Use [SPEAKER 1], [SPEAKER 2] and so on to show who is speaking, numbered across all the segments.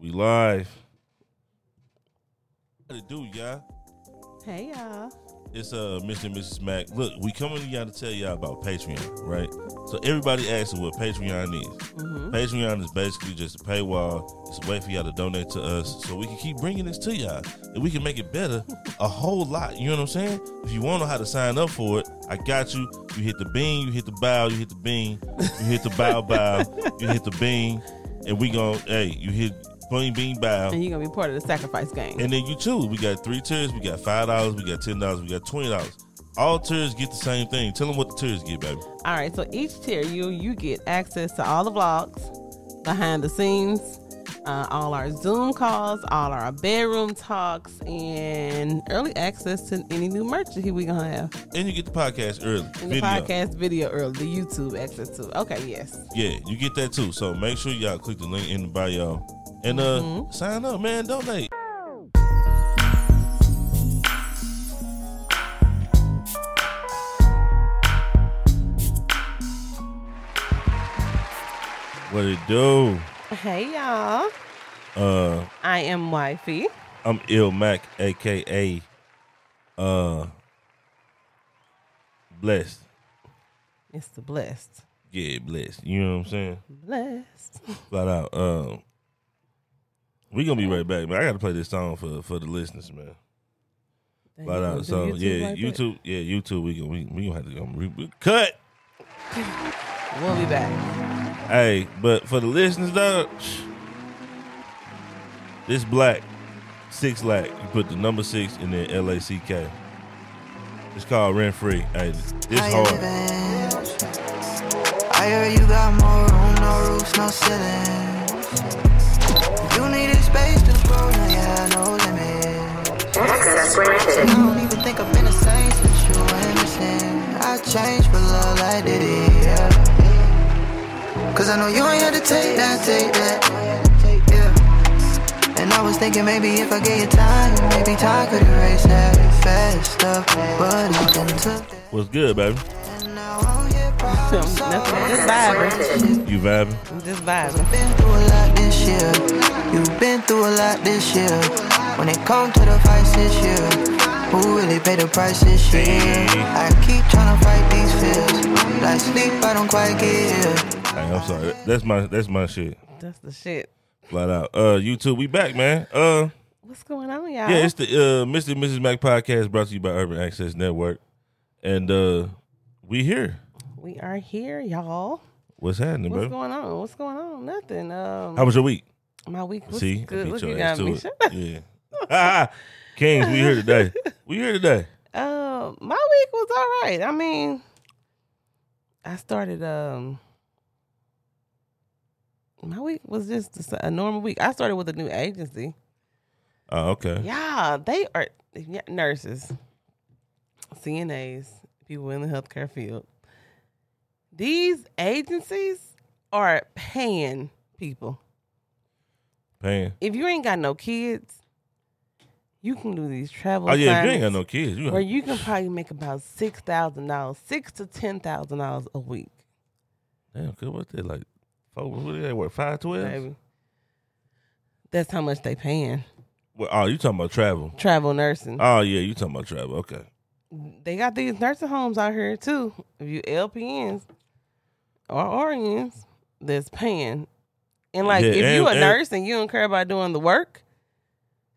[SPEAKER 1] We live. How to do, y'all?
[SPEAKER 2] Hey y'all.
[SPEAKER 1] It's uh, Mr. and Mrs. Mac. Look, we coming to y'all to tell y'all about Patreon, right? So everybody asks what Patreon is.
[SPEAKER 2] Mm-hmm.
[SPEAKER 1] Patreon is basically just a paywall. It's a way for y'all to donate to us so we can keep bringing this to y'all. And we can make it better a whole lot. You know what I'm saying? If you want to know how to sign up for it, I got you. You hit the bean, you hit the bow, you hit the bean, you hit the bow bow, you hit the bean, and we gon' hey, you hit bean bean bow.
[SPEAKER 2] And you're gonna be part of the sacrifice gang.
[SPEAKER 1] And then you too. We got three tiers. We got five dollars. We got ten dollars. We got twenty dollars. All tiers get the same thing. Tell them what the tiers get, baby.
[SPEAKER 2] all right, so each tier you you get access to all the vlogs, behind the scenes, uh, all our Zoom calls, all our bedroom talks, and early access to any new merch that we gonna have.
[SPEAKER 1] And you get the podcast early.
[SPEAKER 2] And the podcast video early, the YouTube access too. Okay, yes.
[SPEAKER 1] Yeah, you get that too. So make sure y'all click the link in the bio and uh
[SPEAKER 2] Mhm.
[SPEAKER 1] sign up, man. Donate. What it do?
[SPEAKER 2] Hey y'all.
[SPEAKER 1] Uh
[SPEAKER 2] I am wifey.
[SPEAKER 1] I'm Ill Mac, aka uh Blessed.
[SPEAKER 2] It's the blessed.
[SPEAKER 1] Yeah, blessed. You know what I'm saying?
[SPEAKER 2] Blessed.
[SPEAKER 1] Flat out. Um We gonna be right back, man. I gotta play this song for for the listeners, man. Flat out. uh, So yeah, YouTube, yeah, YouTube, we gonna we, we gonna have to go re- we- cut.
[SPEAKER 2] We'll be back.
[SPEAKER 1] Hey, but for the listeners though, this black, six lack. You put the number six and then L A C K. It's called rent free. Hey, this
[SPEAKER 3] How you
[SPEAKER 1] hard.
[SPEAKER 3] been? I heard you got more room, no roofs, no ceilings. You needed space to grow, now you have no limits.
[SPEAKER 4] Access granted.
[SPEAKER 3] I don't even think I've been the same since you were missing. I changed for love, I did it, yeah. Cause I know you ain't had to take that, take that, yeah. And I was thinking maybe if I gave you time, maybe time could erase that faster. But nothing took that.
[SPEAKER 1] What's good, baby?
[SPEAKER 3] And now all your problems
[SPEAKER 2] Nothing.
[SPEAKER 3] are-
[SPEAKER 2] Just vibing.
[SPEAKER 1] You vibing?
[SPEAKER 2] Just vibing.
[SPEAKER 3] Been through a lot this year. You've been through a lot this year. When it comes to the fights this year, who really paid the price this year? I keep trying to fight these fears. Like sleep, I don't quite get here.
[SPEAKER 1] Hey, I'm sorry. That's my that's my shit.
[SPEAKER 2] That's the shit.
[SPEAKER 1] Flat out. Uh, YouTube, we back, man. Uh,
[SPEAKER 2] What's going on, y'all?
[SPEAKER 1] yeah, it's the uh Mr. and Mrs. Mac podcast brought to you by Urban Access Network, and uh, we here.
[SPEAKER 2] we are here, y'all.
[SPEAKER 1] What's happening,
[SPEAKER 2] What's
[SPEAKER 1] baby?
[SPEAKER 2] going on? What's going on? Nothing. Um,
[SPEAKER 1] How was your week?
[SPEAKER 2] my week was
[SPEAKER 1] See, I
[SPEAKER 2] good.
[SPEAKER 1] beat
[SPEAKER 2] Look,
[SPEAKER 1] your
[SPEAKER 2] you
[SPEAKER 1] ass
[SPEAKER 2] got
[SPEAKER 1] to
[SPEAKER 2] me.
[SPEAKER 1] it. Yeah. Kings, we here today. We here today.
[SPEAKER 2] Uh, my week was all right. I mean, I started. Um, my week was just a s- a normal week. I started with a new agency.
[SPEAKER 1] Oh, okay.
[SPEAKER 2] Yeah, they are yeah, nurses, CNAs, people in the healthcare field. These agencies are paying people.
[SPEAKER 1] Paying.
[SPEAKER 2] If you ain't got no kids, you can do these travel.
[SPEAKER 1] Oh yeah, if you ain't got
[SPEAKER 2] assignments
[SPEAKER 1] no kids. You
[SPEAKER 2] where you can probably make about six thousand dollars, six to ten thousand dollars a week.
[SPEAKER 1] damn good. What they like? Four, what did they work? Five twelve.
[SPEAKER 2] Baby. That's how much they paying.
[SPEAKER 1] Well, oh, you talking about travel?
[SPEAKER 2] Travel nursing.
[SPEAKER 1] Oh yeah, you talking about travel? Okay.
[SPEAKER 2] they got these nursing homes out here too. If you LPNs or RNs, that's paying. And like
[SPEAKER 1] Yeah,
[SPEAKER 2] if you a
[SPEAKER 1] and- and-
[SPEAKER 2] nurse and you don't care about doing the work,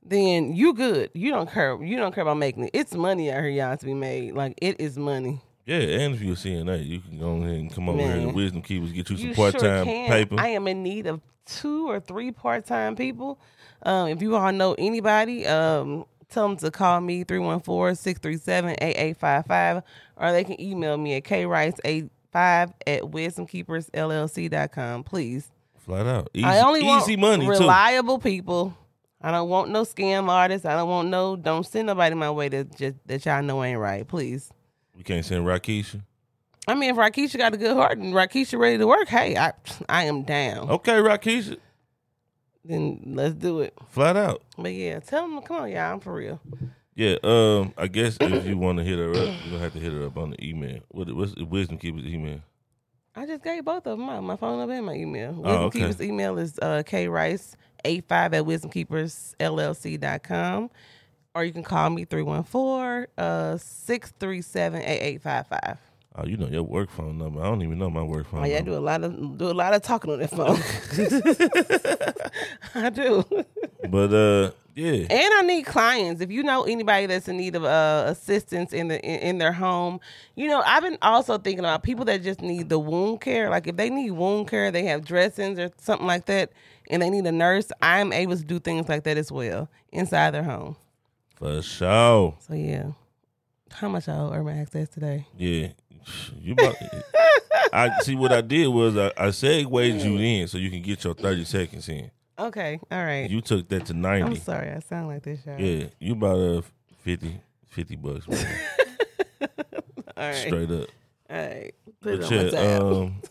[SPEAKER 2] then you good. You don't care. You don't care about making it. It's money out here, y'all, to be made. Like it is money.
[SPEAKER 1] Yeah, and if you're a CNA, you can go ahead and come over here to
[SPEAKER 2] Man.
[SPEAKER 1] Wisdom Keepers, get you some
[SPEAKER 2] You
[SPEAKER 1] part
[SPEAKER 2] sure
[SPEAKER 1] time
[SPEAKER 2] can.
[SPEAKER 1] paper.
[SPEAKER 2] I am in need of two or three part time people. Um, if you all know anybody, um, tell them to call me 314 637 8855 or they can email me at krice85 at wisdomkeepersllc.com, please.
[SPEAKER 1] Flat out. Easy,
[SPEAKER 2] I only want
[SPEAKER 1] easy money,
[SPEAKER 2] reliable people. I don't want no scam artists. I don't want no, don't send nobody my way that just, that y'all know ain't right, please.
[SPEAKER 1] too. We can't send Rakisha.
[SPEAKER 2] I mean, if Rakisha got a good heart and Rakisha ready to work, hey, I, I am down.
[SPEAKER 1] Okay, Rakisha.
[SPEAKER 2] Then let's do it.
[SPEAKER 1] Flat out.
[SPEAKER 2] But yeah, tell them, come on, y'all, I'm for real.
[SPEAKER 1] Yeah, um, I guess if you want to hit her up, you're going to have to hit her up on the email. What, what's the Wisdom Keepers email?
[SPEAKER 2] I just gave both of them out, my phone number and my email. Wisdom
[SPEAKER 1] okay.
[SPEAKER 2] Keepers email is uh, krice85 at wisdomkeepersllc.com. Or you can call me 314 uh, 637 8855.
[SPEAKER 1] Oh, you know your work phone number. I don't even know my work phone
[SPEAKER 2] Oh yeah, I
[SPEAKER 1] number.
[SPEAKER 2] do a lot of do a lot of talking on that phone. I do, and
[SPEAKER 1] But uh, yeah.
[SPEAKER 2] I need clients. If you know anybody that's in need of uh, assistance in the in, in their home, you know I've been also thinking about people that just need the wound care. Like if they need wound care, they have dressings or something like that, and they need a nurse. I'm able to do things like that as well inside their home.
[SPEAKER 1] For sure.
[SPEAKER 2] So yeah, how much I owe Urban Access today?
[SPEAKER 1] Yeah. You about, I see what I did was I, I segued you in so you can get your thirty seconds in.
[SPEAKER 2] Okay, all right.
[SPEAKER 1] You took that to
[SPEAKER 2] I'm
[SPEAKER 1] 90
[SPEAKER 2] sorry, I sound like this, y'all.
[SPEAKER 1] Yeah. You about uh 50, 50 bucks man,
[SPEAKER 2] All right,
[SPEAKER 1] straight up.
[SPEAKER 2] all right. Put it
[SPEAKER 1] But
[SPEAKER 2] on my
[SPEAKER 1] yeah,
[SPEAKER 2] tab.
[SPEAKER 1] um,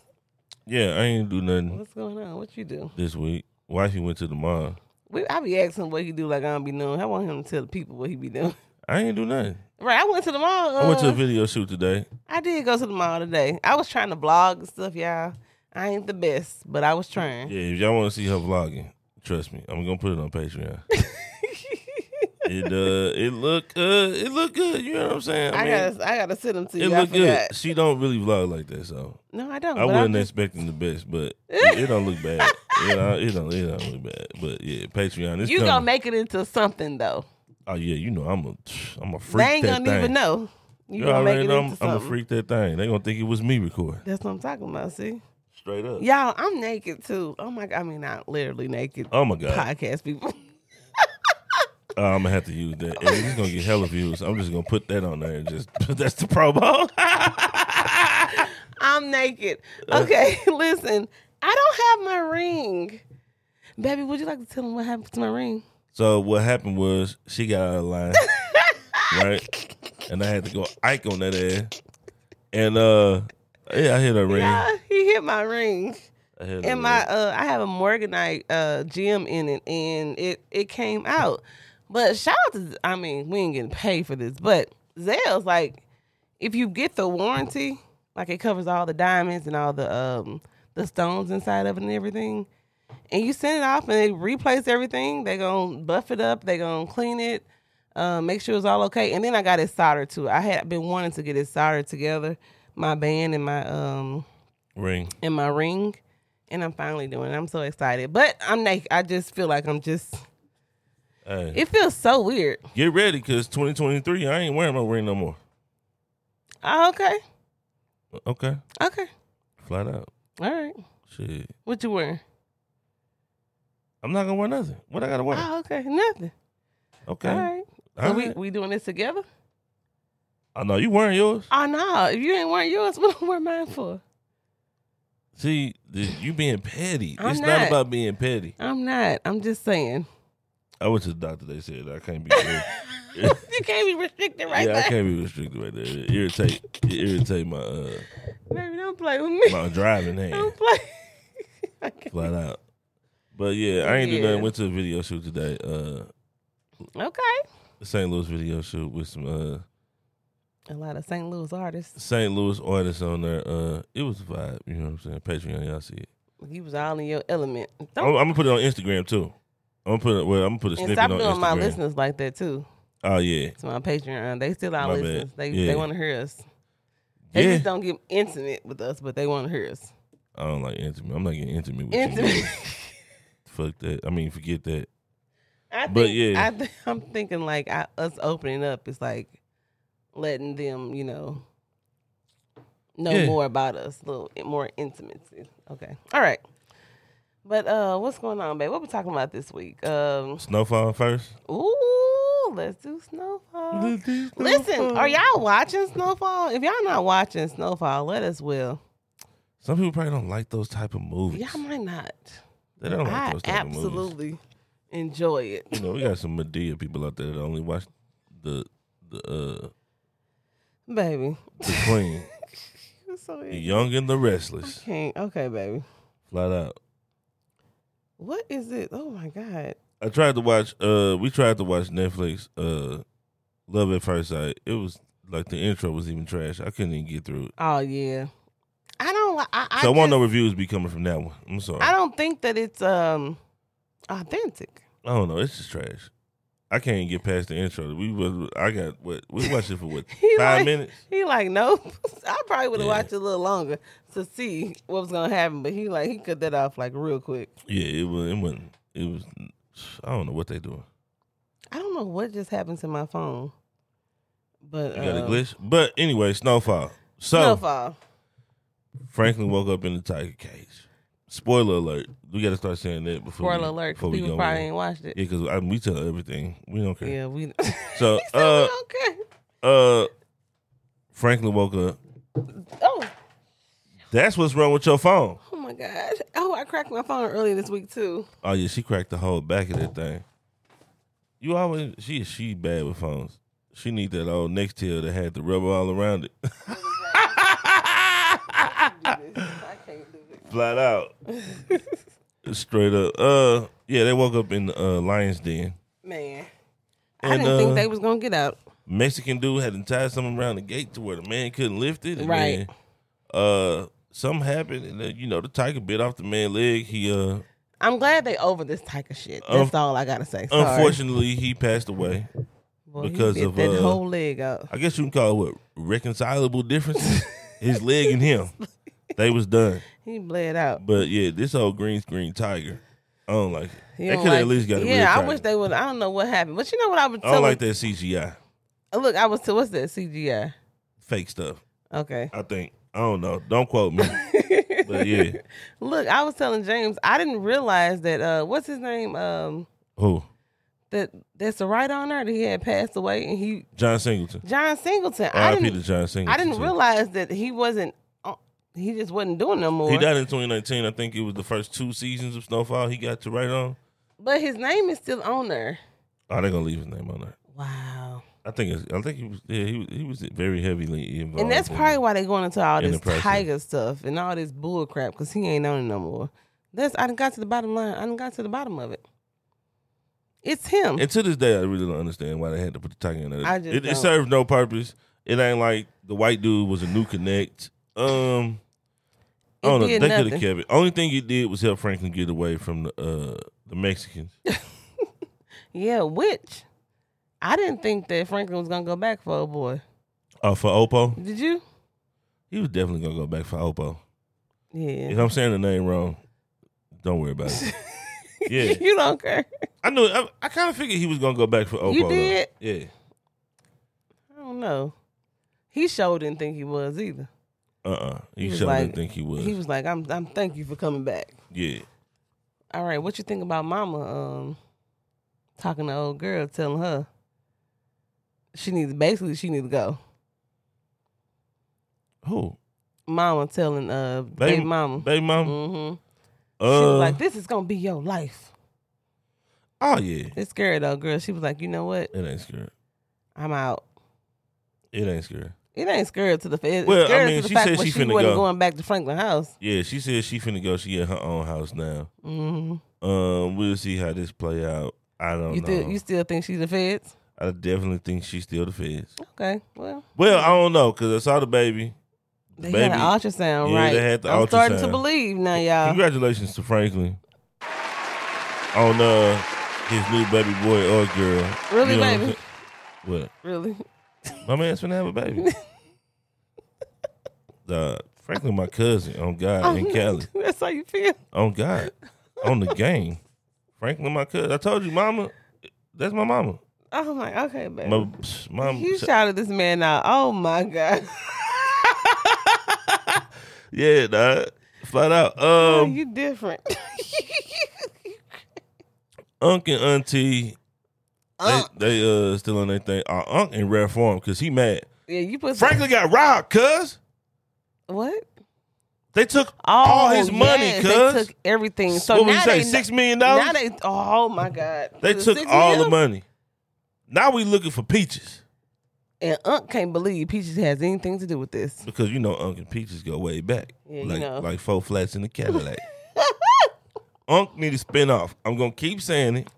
[SPEAKER 1] yeah, I ain't do nothing
[SPEAKER 2] What's going on? What you do?
[SPEAKER 1] this week. Wifey went to the mall.
[SPEAKER 2] We, I be asking him what he do, like I don't be knowing. I want him to tell the people what he be doing.
[SPEAKER 1] I ain't do nothing.
[SPEAKER 2] Right, I went to the mall.
[SPEAKER 1] I went to
[SPEAKER 2] uh,
[SPEAKER 1] a video shoot today.
[SPEAKER 2] I did go to the mall today. I was trying to vlog and stuff, y'all. I ain't the best, but I was trying.
[SPEAKER 1] Yeah, if y'all want to see her vlogging, trust me, I'm gonna put it on Patreon. it uh, it look uh, it look good. You know what I'm saying?
[SPEAKER 2] I,
[SPEAKER 1] mean,
[SPEAKER 2] gotta, I gotta send them to
[SPEAKER 1] it
[SPEAKER 2] you. I
[SPEAKER 1] look good.
[SPEAKER 2] forgot.
[SPEAKER 1] She don't really vlog like that, so
[SPEAKER 2] No, I don't.
[SPEAKER 1] I
[SPEAKER 2] Oh, but I'm
[SPEAKER 1] wasn't
[SPEAKER 2] just-
[SPEAKER 1] expecting the best, but it, it don't look bad. You know, it don't it don't look bad. But yeah, Patreon. It's
[SPEAKER 2] you
[SPEAKER 1] coming.
[SPEAKER 2] gonna make it into something though.
[SPEAKER 1] oh yeah, you know I'm a I'm a freak.
[SPEAKER 2] They ain't
[SPEAKER 1] that
[SPEAKER 2] gonna
[SPEAKER 1] thing.
[SPEAKER 2] even know. You
[SPEAKER 1] You
[SPEAKER 2] gonna make
[SPEAKER 1] already
[SPEAKER 2] it
[SPEAKER 1] know
[SPEAKER 2] into
[SPEAKER 1] I'm, I'm
[SPEAKER 2] something.
[SPEAKER 1] a freak that thing. They gonna think it was me recording.
[SPEAKER 2] That's what I'm talking about. See,
[SPEAKER 1] Straight up.
[SPEAKER 2] y'all, I'm naked too. Oh my god, I mean not literally naked.
[SPEAKER 1] Oh my god.
[SPEAKER 2] Podcast people.
[SPEAKER 1] Oh, I'm gonna have to use that. It's just gonna get hella views. I'm just gonna put that on there and just that's the promo.
[SPEAKER 2] I'm naked.
[SPEAKER 1] Uh.
[SPEAKER 2] Okay, listen. I don't have my ring. Baby, would you like to tell them what happened to my ring?
[SPEAKER 1] so what happened was she got out of line, right? And I had to go Ike on that ass. And uh, yeah, I hit her ring.
[SPEAKER 2] Yeah, he hit my ring.
[SPEAKER 1] I hit her
[SPEAKER 2] And my
[SPEAKER 1] ring.
[SPEAKER 2] uh I have a Morganite uh gem in it and it it came out. But shout out to I mean, we ain't getting paid for this, but Zell's like if you get the warranty, like it covers all the diamonds and all the um the stones inside of it and everything. And you send it off and they replace everything. They gonna buff it up, they gonna clean it, uh, make sure it's all okay. And then I got it soldered too. I had been wanting to get it soldered together, my band and my um
[SPEAKER 1] ring.
[SPEAKER 2] in my ring, and I'm finally doing it. I'm so excited, but I'm like, I just feel like I'm just.
[SPEAKER 1] Hey,
[SPEAKER 2] It feels so weird.
[SPEAKER 1] get ready, cause 2023. I ain't wearing my ring no more.
[SPEAKER 2] Oh, okay,
[SPEAKER 1] Okay,
[SPEAKER 2] okay,
[SPEAKER 1] flat out.
[SPEAKER 2] all right.
[SPEAKER 1] Shit,
[SPEAKER 2] What you wearing?
[SPEAKER 1] I'm not gonna wear nothing. What I gotta wear?
[SPEAKER 2] Oh, okay, nothing.
[SPEAKER 1] okay,
[SPEAKER 2] All right. So
[SPEAKER 1] All
[SPEAKER 2] we
[SPEAKER 1] right.
[SPEAKER 2] we doing this together?
[SPEAKER 1] I know you wearing yours.
[SPEAKER 2] Oh no! If you ain't wearing yours, what am I wearing mine for?
[SPEAKER 1] See, the, you being petty.
[SPEAKER 2] I'm
[SPEAKER 1] it's
[SPEAKER 2] not.
[SPEAKER 1] not about being petty.
[SPEAKER 2] I'm not. I'm just saying.
[SPEAKER 1] I went to the doctor. They said I can't be. Right.
[SPEAKER 2] you can't be restricted right
[SPEAKER 1] yeah, I
[SPEAKER 2] there.
[SPEAKER 1] can't be restricted right there. It irritate, it irritate my uh,
[SPEAKER 2] Baby, don't play with me.
[SPEAKER 1] my driving hand
[SPEAKER 2] Don't play. I can't.
[SPEAKER 1] flat out. But yeah, I ain't do
[SPEAKER 2] Yeah.
[SPEAKER 1] nothing. Went to a video shoot today. Uh,
[SPEAKER 2] okay.
[SPEAKER 1] St. Louis video shoot with some uh
[SPEAKER 2] A lot of St. Louis artists.
[SPEAKER 1] St. Louis artists on there. Uh, it was a vibe. You know what I'm saying? Patreon, y'all see it.
[SPEAKER 2] You was all in your element.
[SPEAKER 1] I'm,
[SPEAKER 2] Don't
[SPEAKER 1] I'm gonna put it on Instagram too. I'm gonna put it. Well, Oh, I'm gonna put a
[SPEAKER 2] and
[SPEAKER 1] snippet
[SPEAKER 2] stop
[SPEAKER 1] on
[SPEAKER 2] doing
[SPEAKER 1] Instagram.
[SPEAKER 2] my listeners like that too.
[SPEAKER 1] Oh yeah,
[SPEAKER 2] to my Patreon. They still our
[SPEAKER 1] My bad.
[SPEAKER 2] listeners. They
[SPEAKER 1] Yeah.
[SPEAKER 2] they want to hear us. They
[SPEAKER 1] yeah.
[SPEAKER 2] just don't get intimate with us, but they want to hear us.
[SPEAKER 1] I don't like intimate. I'm not getting intimate with
[SPEAKER 2] Intimate.
[SPEAKER 1] you. Fuck that. I mean, forget that.
[SPEAKER 2] I think,
[SPEAKER 1] But yeah.
[SPEAKER 2] I th- I'm thinking like I, us opening up is like letting them, you know, know
[SPEAKER 1] Yeah.
[SPEAKER 2] more about us, a little more intimacy. Okay, all right. But uh, what's going on, babe? What we talking about this week? Um,
[SPEAKER 1] Snowfall first.
[SPEAKER 2] ooh, let's do snowfall.
[SPEAKER 1] Let's do
[SPEAKER 2] Listen,
[SPEAKER 1] Snowfall.
[SPEAKER 2] are y'all watching Snowfall? If y'all not watching Snowfall, let us will.
[SPEAKER 1] Some people probably don't like those type of movies.
[SPEAKER 2] Y'all might not.
[SPEAKER 1] they don't like
[SPEAKER 2] I
[SPEAKER 1] those type of movies.
[SPEAKER 2] absolutely enjoy it.
[SPEAKER 1] You know, we got some Medea people out there that only watch the the uh
[SPEAKER 2] Baby.
[SPEAKER 1] the Queen,
[SPEAKER 2] You're so
[SPEAKER 1] the
[SPEAKER 2] ill.
[SPEAKER 1] Young and the
[SPEAKER 2] I
[SPEAKER 1] Restless,
[SPEAKER 2] can't. Okay, baby.
[SPEAKER 1] flat out.
[SPEAKER 2] What is it? Oh my God.
[SPEAKER 1] I tried to watch. Uh, we tried to watch Netflix. Uh, Love at First Sight. It was like the intro was even trash. I couldn't even get through it.
[SPEAKER 2] Oh yeah. I don't like I, I
[SPEAKER 1] so I want
[SPEAKER 2] just-
[SPEAKER 1] no reviews be coming from that one. I'm sorry.
[SPEAKER 2] I don't think that it's um authentic.
[SPEAKER 1] I don't know. It's just trash. I can't even get past the intro. We was I got what we watched it for what
[SPEAKER 2] He
[SPEAKER 1] five
[SPEAKER 2] like-
[SPEAKER 1] minutes.
[SPEAKER 2] He like, nope. I probably would have
[SPEAKER 1] Yeah.
[SPEAKER 2] watched it a little longer to see what was gonna happen, but he like he cut that off like real quick.
[SPEAKER 1] Yeah, it was. It wasn't. It was. I don't know what they doing.
[SPEAKER 2] I don't know what just happened to my phone, but
[SPEAKER 1] You got a
[SPEAKER 2] uh,
[SPEAKER 1] glitch. But anyway, snowfall. So
[SPEAKER 2] Snowfall.
[SPEAKER 1] Franklin woke up in the tiger cage. Spoiler alert. We got to start saying that before.
[SPEAKER 2] Spoiler
[SPEAKER 1] we,
[SPEAKER 2] alert,
[SPEAKER 1] Before
[SPEAKER 2] because
[SPEAKER 1] we
[SPEAKER 2] people
[SPEAKER 1] go
[SPEAKER 2] probably
[SPEAKER 1] in.
[SPEAKER 2] ain't watched it.
[SPEAKER 1] Yeah, because I mean, we tell everything. We don't
[SPEAKER 2] Yeah,
[SPEAKER 1] care.
[SPEAKER 2] we.
[SPEAKER 1] So,
[SPEAKER 2] He said we
[SPEAKER 1] uh,
[SPEAKER 2] don't care.
[SPEAKER 1] uh, Franklin woke up.
[SPEAKER 2] Oh,
[SPEAKER 1] That's what's wrong with your phone.
[SPEAKER 2] oh my God! Oh, I cracked my phone earlier this week too.
[SPEAKER 1] Oh yeah, she cracked the whole back of that thing. You always she she bad with phones. She need that old next tail that had the rubber all around it.
[SPEAKER 2] I can't do it.
[SPEAKER 1] Flat out. Straight up. Uh yeah, they woke up in the uh, lion's den.
[SPEAKER 2] Man, I
[SPEAKER 1] And,
[SPEAKER 2] didn't
[SPEAKER 1] uh,
[SPEAKER 2] think they was gonna get out.
[SPEAKER 1] Mexican dude had to tie something around the gate to where the man couldn't lift it. and
[SPEAKER 2] Right.
[SPEAKER 1] then, uh something happened and then, you know, the tiger bit off the man's leg. He uh
[SPEAKER 2] I'm glad they over this type of shit.
[SPEAKER 1] Um,
[SPEAKER 2] That's all I gotta say. Sorry.
[SPEAKER 1] unfortunately he passed away.
[SPEAKER 2] Boy, he
[SPEAKER 1] because
[SPEAKER 2] bit
[SPEAKER 1] of,
[SPEAKER 2] that
[SPEAKER 1] uh,
[SPEAKER 2] whole leg out.
[SPEAKER 1] I guess you can call it what reconcilable differences. His leg and him, they was done.
[SPEAKER 2] He bled out.
[SPEAKER 1] But yeah, this old green screen tiger, I don't like it.
[SPEAKER 2] He
[SPEAKER 1] They
[SPEAKER 2] don't
[SPEAKER 1] could
[SPEAKER 2] like-
[SPEAKER 1] at least got a real
[SPEAKER 2] Yeah, I
[SPEAKER 1] tiger.
[SPEAKER 2] wish they would. I don't know what happened, but you know what I was
[SPEAKER 1] I don't
[SPEAKER 2] telling.
[SPEAKER 1] like that CGI
[SPEAKER 2] Look, I was. T- what's that CGI?
[SPEAKER 1] fake stuff.
[SPEAKER 2] Okay.
[SPEAKER 1] I think I don't know. Don't quote me. but yeah,
[SPEAKER 2] Look, I was telling James. I didn't realize that. Uh, what's his name? Um,
[SPEAKER 1] who
[SPEAKER 2] that that's a right honor that he had passed away, and he
[SPEAKER 1] John Singleton?
[SPEAKER 2] John Singleton. I
[SPEAKER 1] R.I.P. to
[SPEAKER 2] didn't.
[SPEAKER 1] John Singleton.
[SPEAKER 2] I didn't
[SPEAKER 1] too.
[SPEAKER 2] realize that he wasn't. uh, He just wasn't doing no more.
[SPEAKER 1] He died in 2019. I think it was the first two seasons of Snowfall. He got to write on.
[SPEAKER 2] But his name is still on there.
[SPEAKER 1] Oh, they're gonna leave his name on there.
[SPEAKER 2] Wow.
[SPEAKER 1] I think. It's, I think he was. Yeah, he was. He was very heavily involved.
[SPEAKER 2] And that's
[SPEAKER 1] in it.
[SPEAKER 2] probably why they going into all
[SPEAKER 1] In
[SPEAKER 2] this
[SPEAKER 1] the press, yeah.
[SPEAKER 2] tiger stuff and all this bull crap because he ain't on it no more. That's I done got to the bottom line. I done got to the bottom of it. It's him.
[SPEAKER 1] And to this day, I really don't understand why they had to put the tiger in there.
[SPEAKER 2] I just
[SPEAKER 1] it, it
[SPEAKER 2] don't.
[SPEAKER 1] served no purpose. It ain't like the white dude was a new connect. Um, I
[SPEAKER 2] It
[SPEAKER 1] don't know. They
[SPEAKER 2] did
[SPEAKER 1] could have
[SPEAKER 2] nothing.
[SPEAKER 1] kept it. Only thing it did was help Franklin get away from the uh, the Mexicans.
[SPEAKER 2] yeah, which I didn't think that Franklin was gonna go back for a boy.
[SPEAKER 1] Uh, for Oppo,
[SPEAKER 2] Did you?
[SPEAKER 1] he was definitely gonna go back for Oppo. If
[SPEAKER 2] Yeah.
[SPEAKER 1] I'm saying the name wrong, don't worry about it. Yeah,
[SPEAKER 2] you don't care.
[SPEAKER 1] I knew. I, I kind of figured he was gonna go back for Oppo.
[SPEAKER 2] You
[SPEAKER 1] though.
[SPEAKER 2] did?
[SPEAKER 1] Yeah.
[SPEAKER 2] I don't know. He sure didn't think he was either.
[SPEAKER 1] Uh. uh
[SPEAKER 2] He
[SPEAKER 1] You
[SPEAKER 2] was
[SPEAKER 1] sure
[SPEAKER 2] like-
[SPEAKER 1] didn't think he was.
[SPEAKER 2] He was like, I'm I'm thank you for coming back.
[SPEAKER 1] yeah.
[SPEAKER 2] All right, what you think about mama um talking to old girl, telling her she needs basically she needs to go.
[SPEAKER 1] Who?
[SPEAKER 2] Mama telling uh baby,
[SPEAKER 1] Baby-
[SPEAKER 2] mama.
[SPEAKER 1] Baby mama.
[SPEAKER 2] Mm-hmm. she
[SPEAKER 1] um, Uh,
[SPEAKER 2] was like, This is gonna be your life.
[SPEAKER 1] oh yeah.
[SPEAKER 2] It scared old girl. She was like, You know what?
[SPEAKER 1] It ain't scary.
[SPEAKER 2] I'm out.
[SPEAKER 1] It ain't scary.
[SPEAKER 2] It ain't scared to the fact.
[SPEAKER 1] Well, I
[SPEAKER 2] Well, scared
[SPEAKER 1] mean,
[SPEAKER 2] to the
[SPEAKER 1] she
[SPEAKER 2] fact
[SPEAKER 1] said
[SPEAKER 2] where
[SPEAKER 1] she
[SPEAKER 2] she
[SPEAKER 1] finna
[SPEAKER 2] wasn't
[SPEAKER 1] go.
[SPEAKER 2] going back to Franklin House.
[SPEAKER 1] Yeah, she said she finna go. She at her own house now.
[SPEAKER 2] Mm-hmm.
[SPEAKER 1] Um, we'll see how this play out. I don't
[SPEAKER 2] you
[SPEAKER 1] know.
[SPEAKER 2] still you still think she's the feds?
[SPEAKER 1] I definitely think she's still the feds.
[SPEAKER 2] Okay. Well,
[SPEAKER 1] Well, I don't know because I saw the baby. The
[SPEAKER 2] they
[SPEAKER 1] baby.
[SPEAKER 2] had an ultrasound,
[SPEAKER 1] Yeah,
[SPEAKER 2] right?
[SPEAKER 1] they had the
[SPEAKER 2] I'm starting to
[SPEAKER 1] ultrasound.
[SPEAKER 2] believe now, y'all.
[SPEAKER 1] Congratulations to Franklin on uh his new baby boy or girl.
[SPEAKER 2] Really,
[SPEAKER 1] what I'm
[SPEAKER 2] baby?
[SPEAKER 1] saying? What?
[SPEAKER 2] Really?
[SPEAKER 1] My man's finna have a baby. uh, Franklin, my cousin. On
[SPEAKER 2] Oh,
[SPEAKER 1] God, in Cali.
[SPEAKER 2] That's how you feel.
[SPEAKER 1] On God, on the game. Franklin, my cousin. I told you, Mama. That's my mama.
[SPEAKER 2] Oh my, okay, baby.
[SPEAKER 1] My psh, mom.
[SPEAKER 2] you shouted this man out. Oh my god.
[SPEAKER 1] yeah, nah, flat out.
[SPEAKER 2] Oh,
[SPEAKER 1] Um,
[SPEAKER 2] you different.
[SPEAKER 1] Unc and Auntie,
[SPEAKER 2] Uh,
[SPEAKER 1] they, they uh still on their thing. Uh, Unc in rare form because he mad.
[SPEAKER 2] yeah, you put
[SPEAKER 1] Franklin got robbed, cuz
[SPEAKER 2] what? Oh,
[SPEAKER 1] they took all his money,
[SPEAKER 2] yes, they
[SPEAKER 1] cuz
[SPEAKER 2] took everything. So
[SPEAKER 1] what
[SPEAKER 2] now
[SPEAKER 1] would you say,
[SPEAKER 2] they
[SPEAKER 1] six million
[SPEAKER 2] now
[SPEAKER 1] dollars?
[SPEAKER 2] they oh my god.
[SPEAKER 1] They,
[SPEAKER 2] Is it
[SPEAKER 1] took
[SPEAKER 2] six
[SPEAKER 1] all
[SPEAKER 2] mil?
[SPEAKER 1] the money. Now we looking for peaches
[SPEAKER 2] And Unc can't believe Peaches has anything to do with this.
[SPEAKER 1] because you know Unc and peaches go way back,
[SPEAKER 2] Yeah, you
[SPEAKER 1] like
[SPEAKER 2] know.
[SPEAKER 1] like four flats in the Cadillac. Unc need to spin off. I'm gonna keep saying it.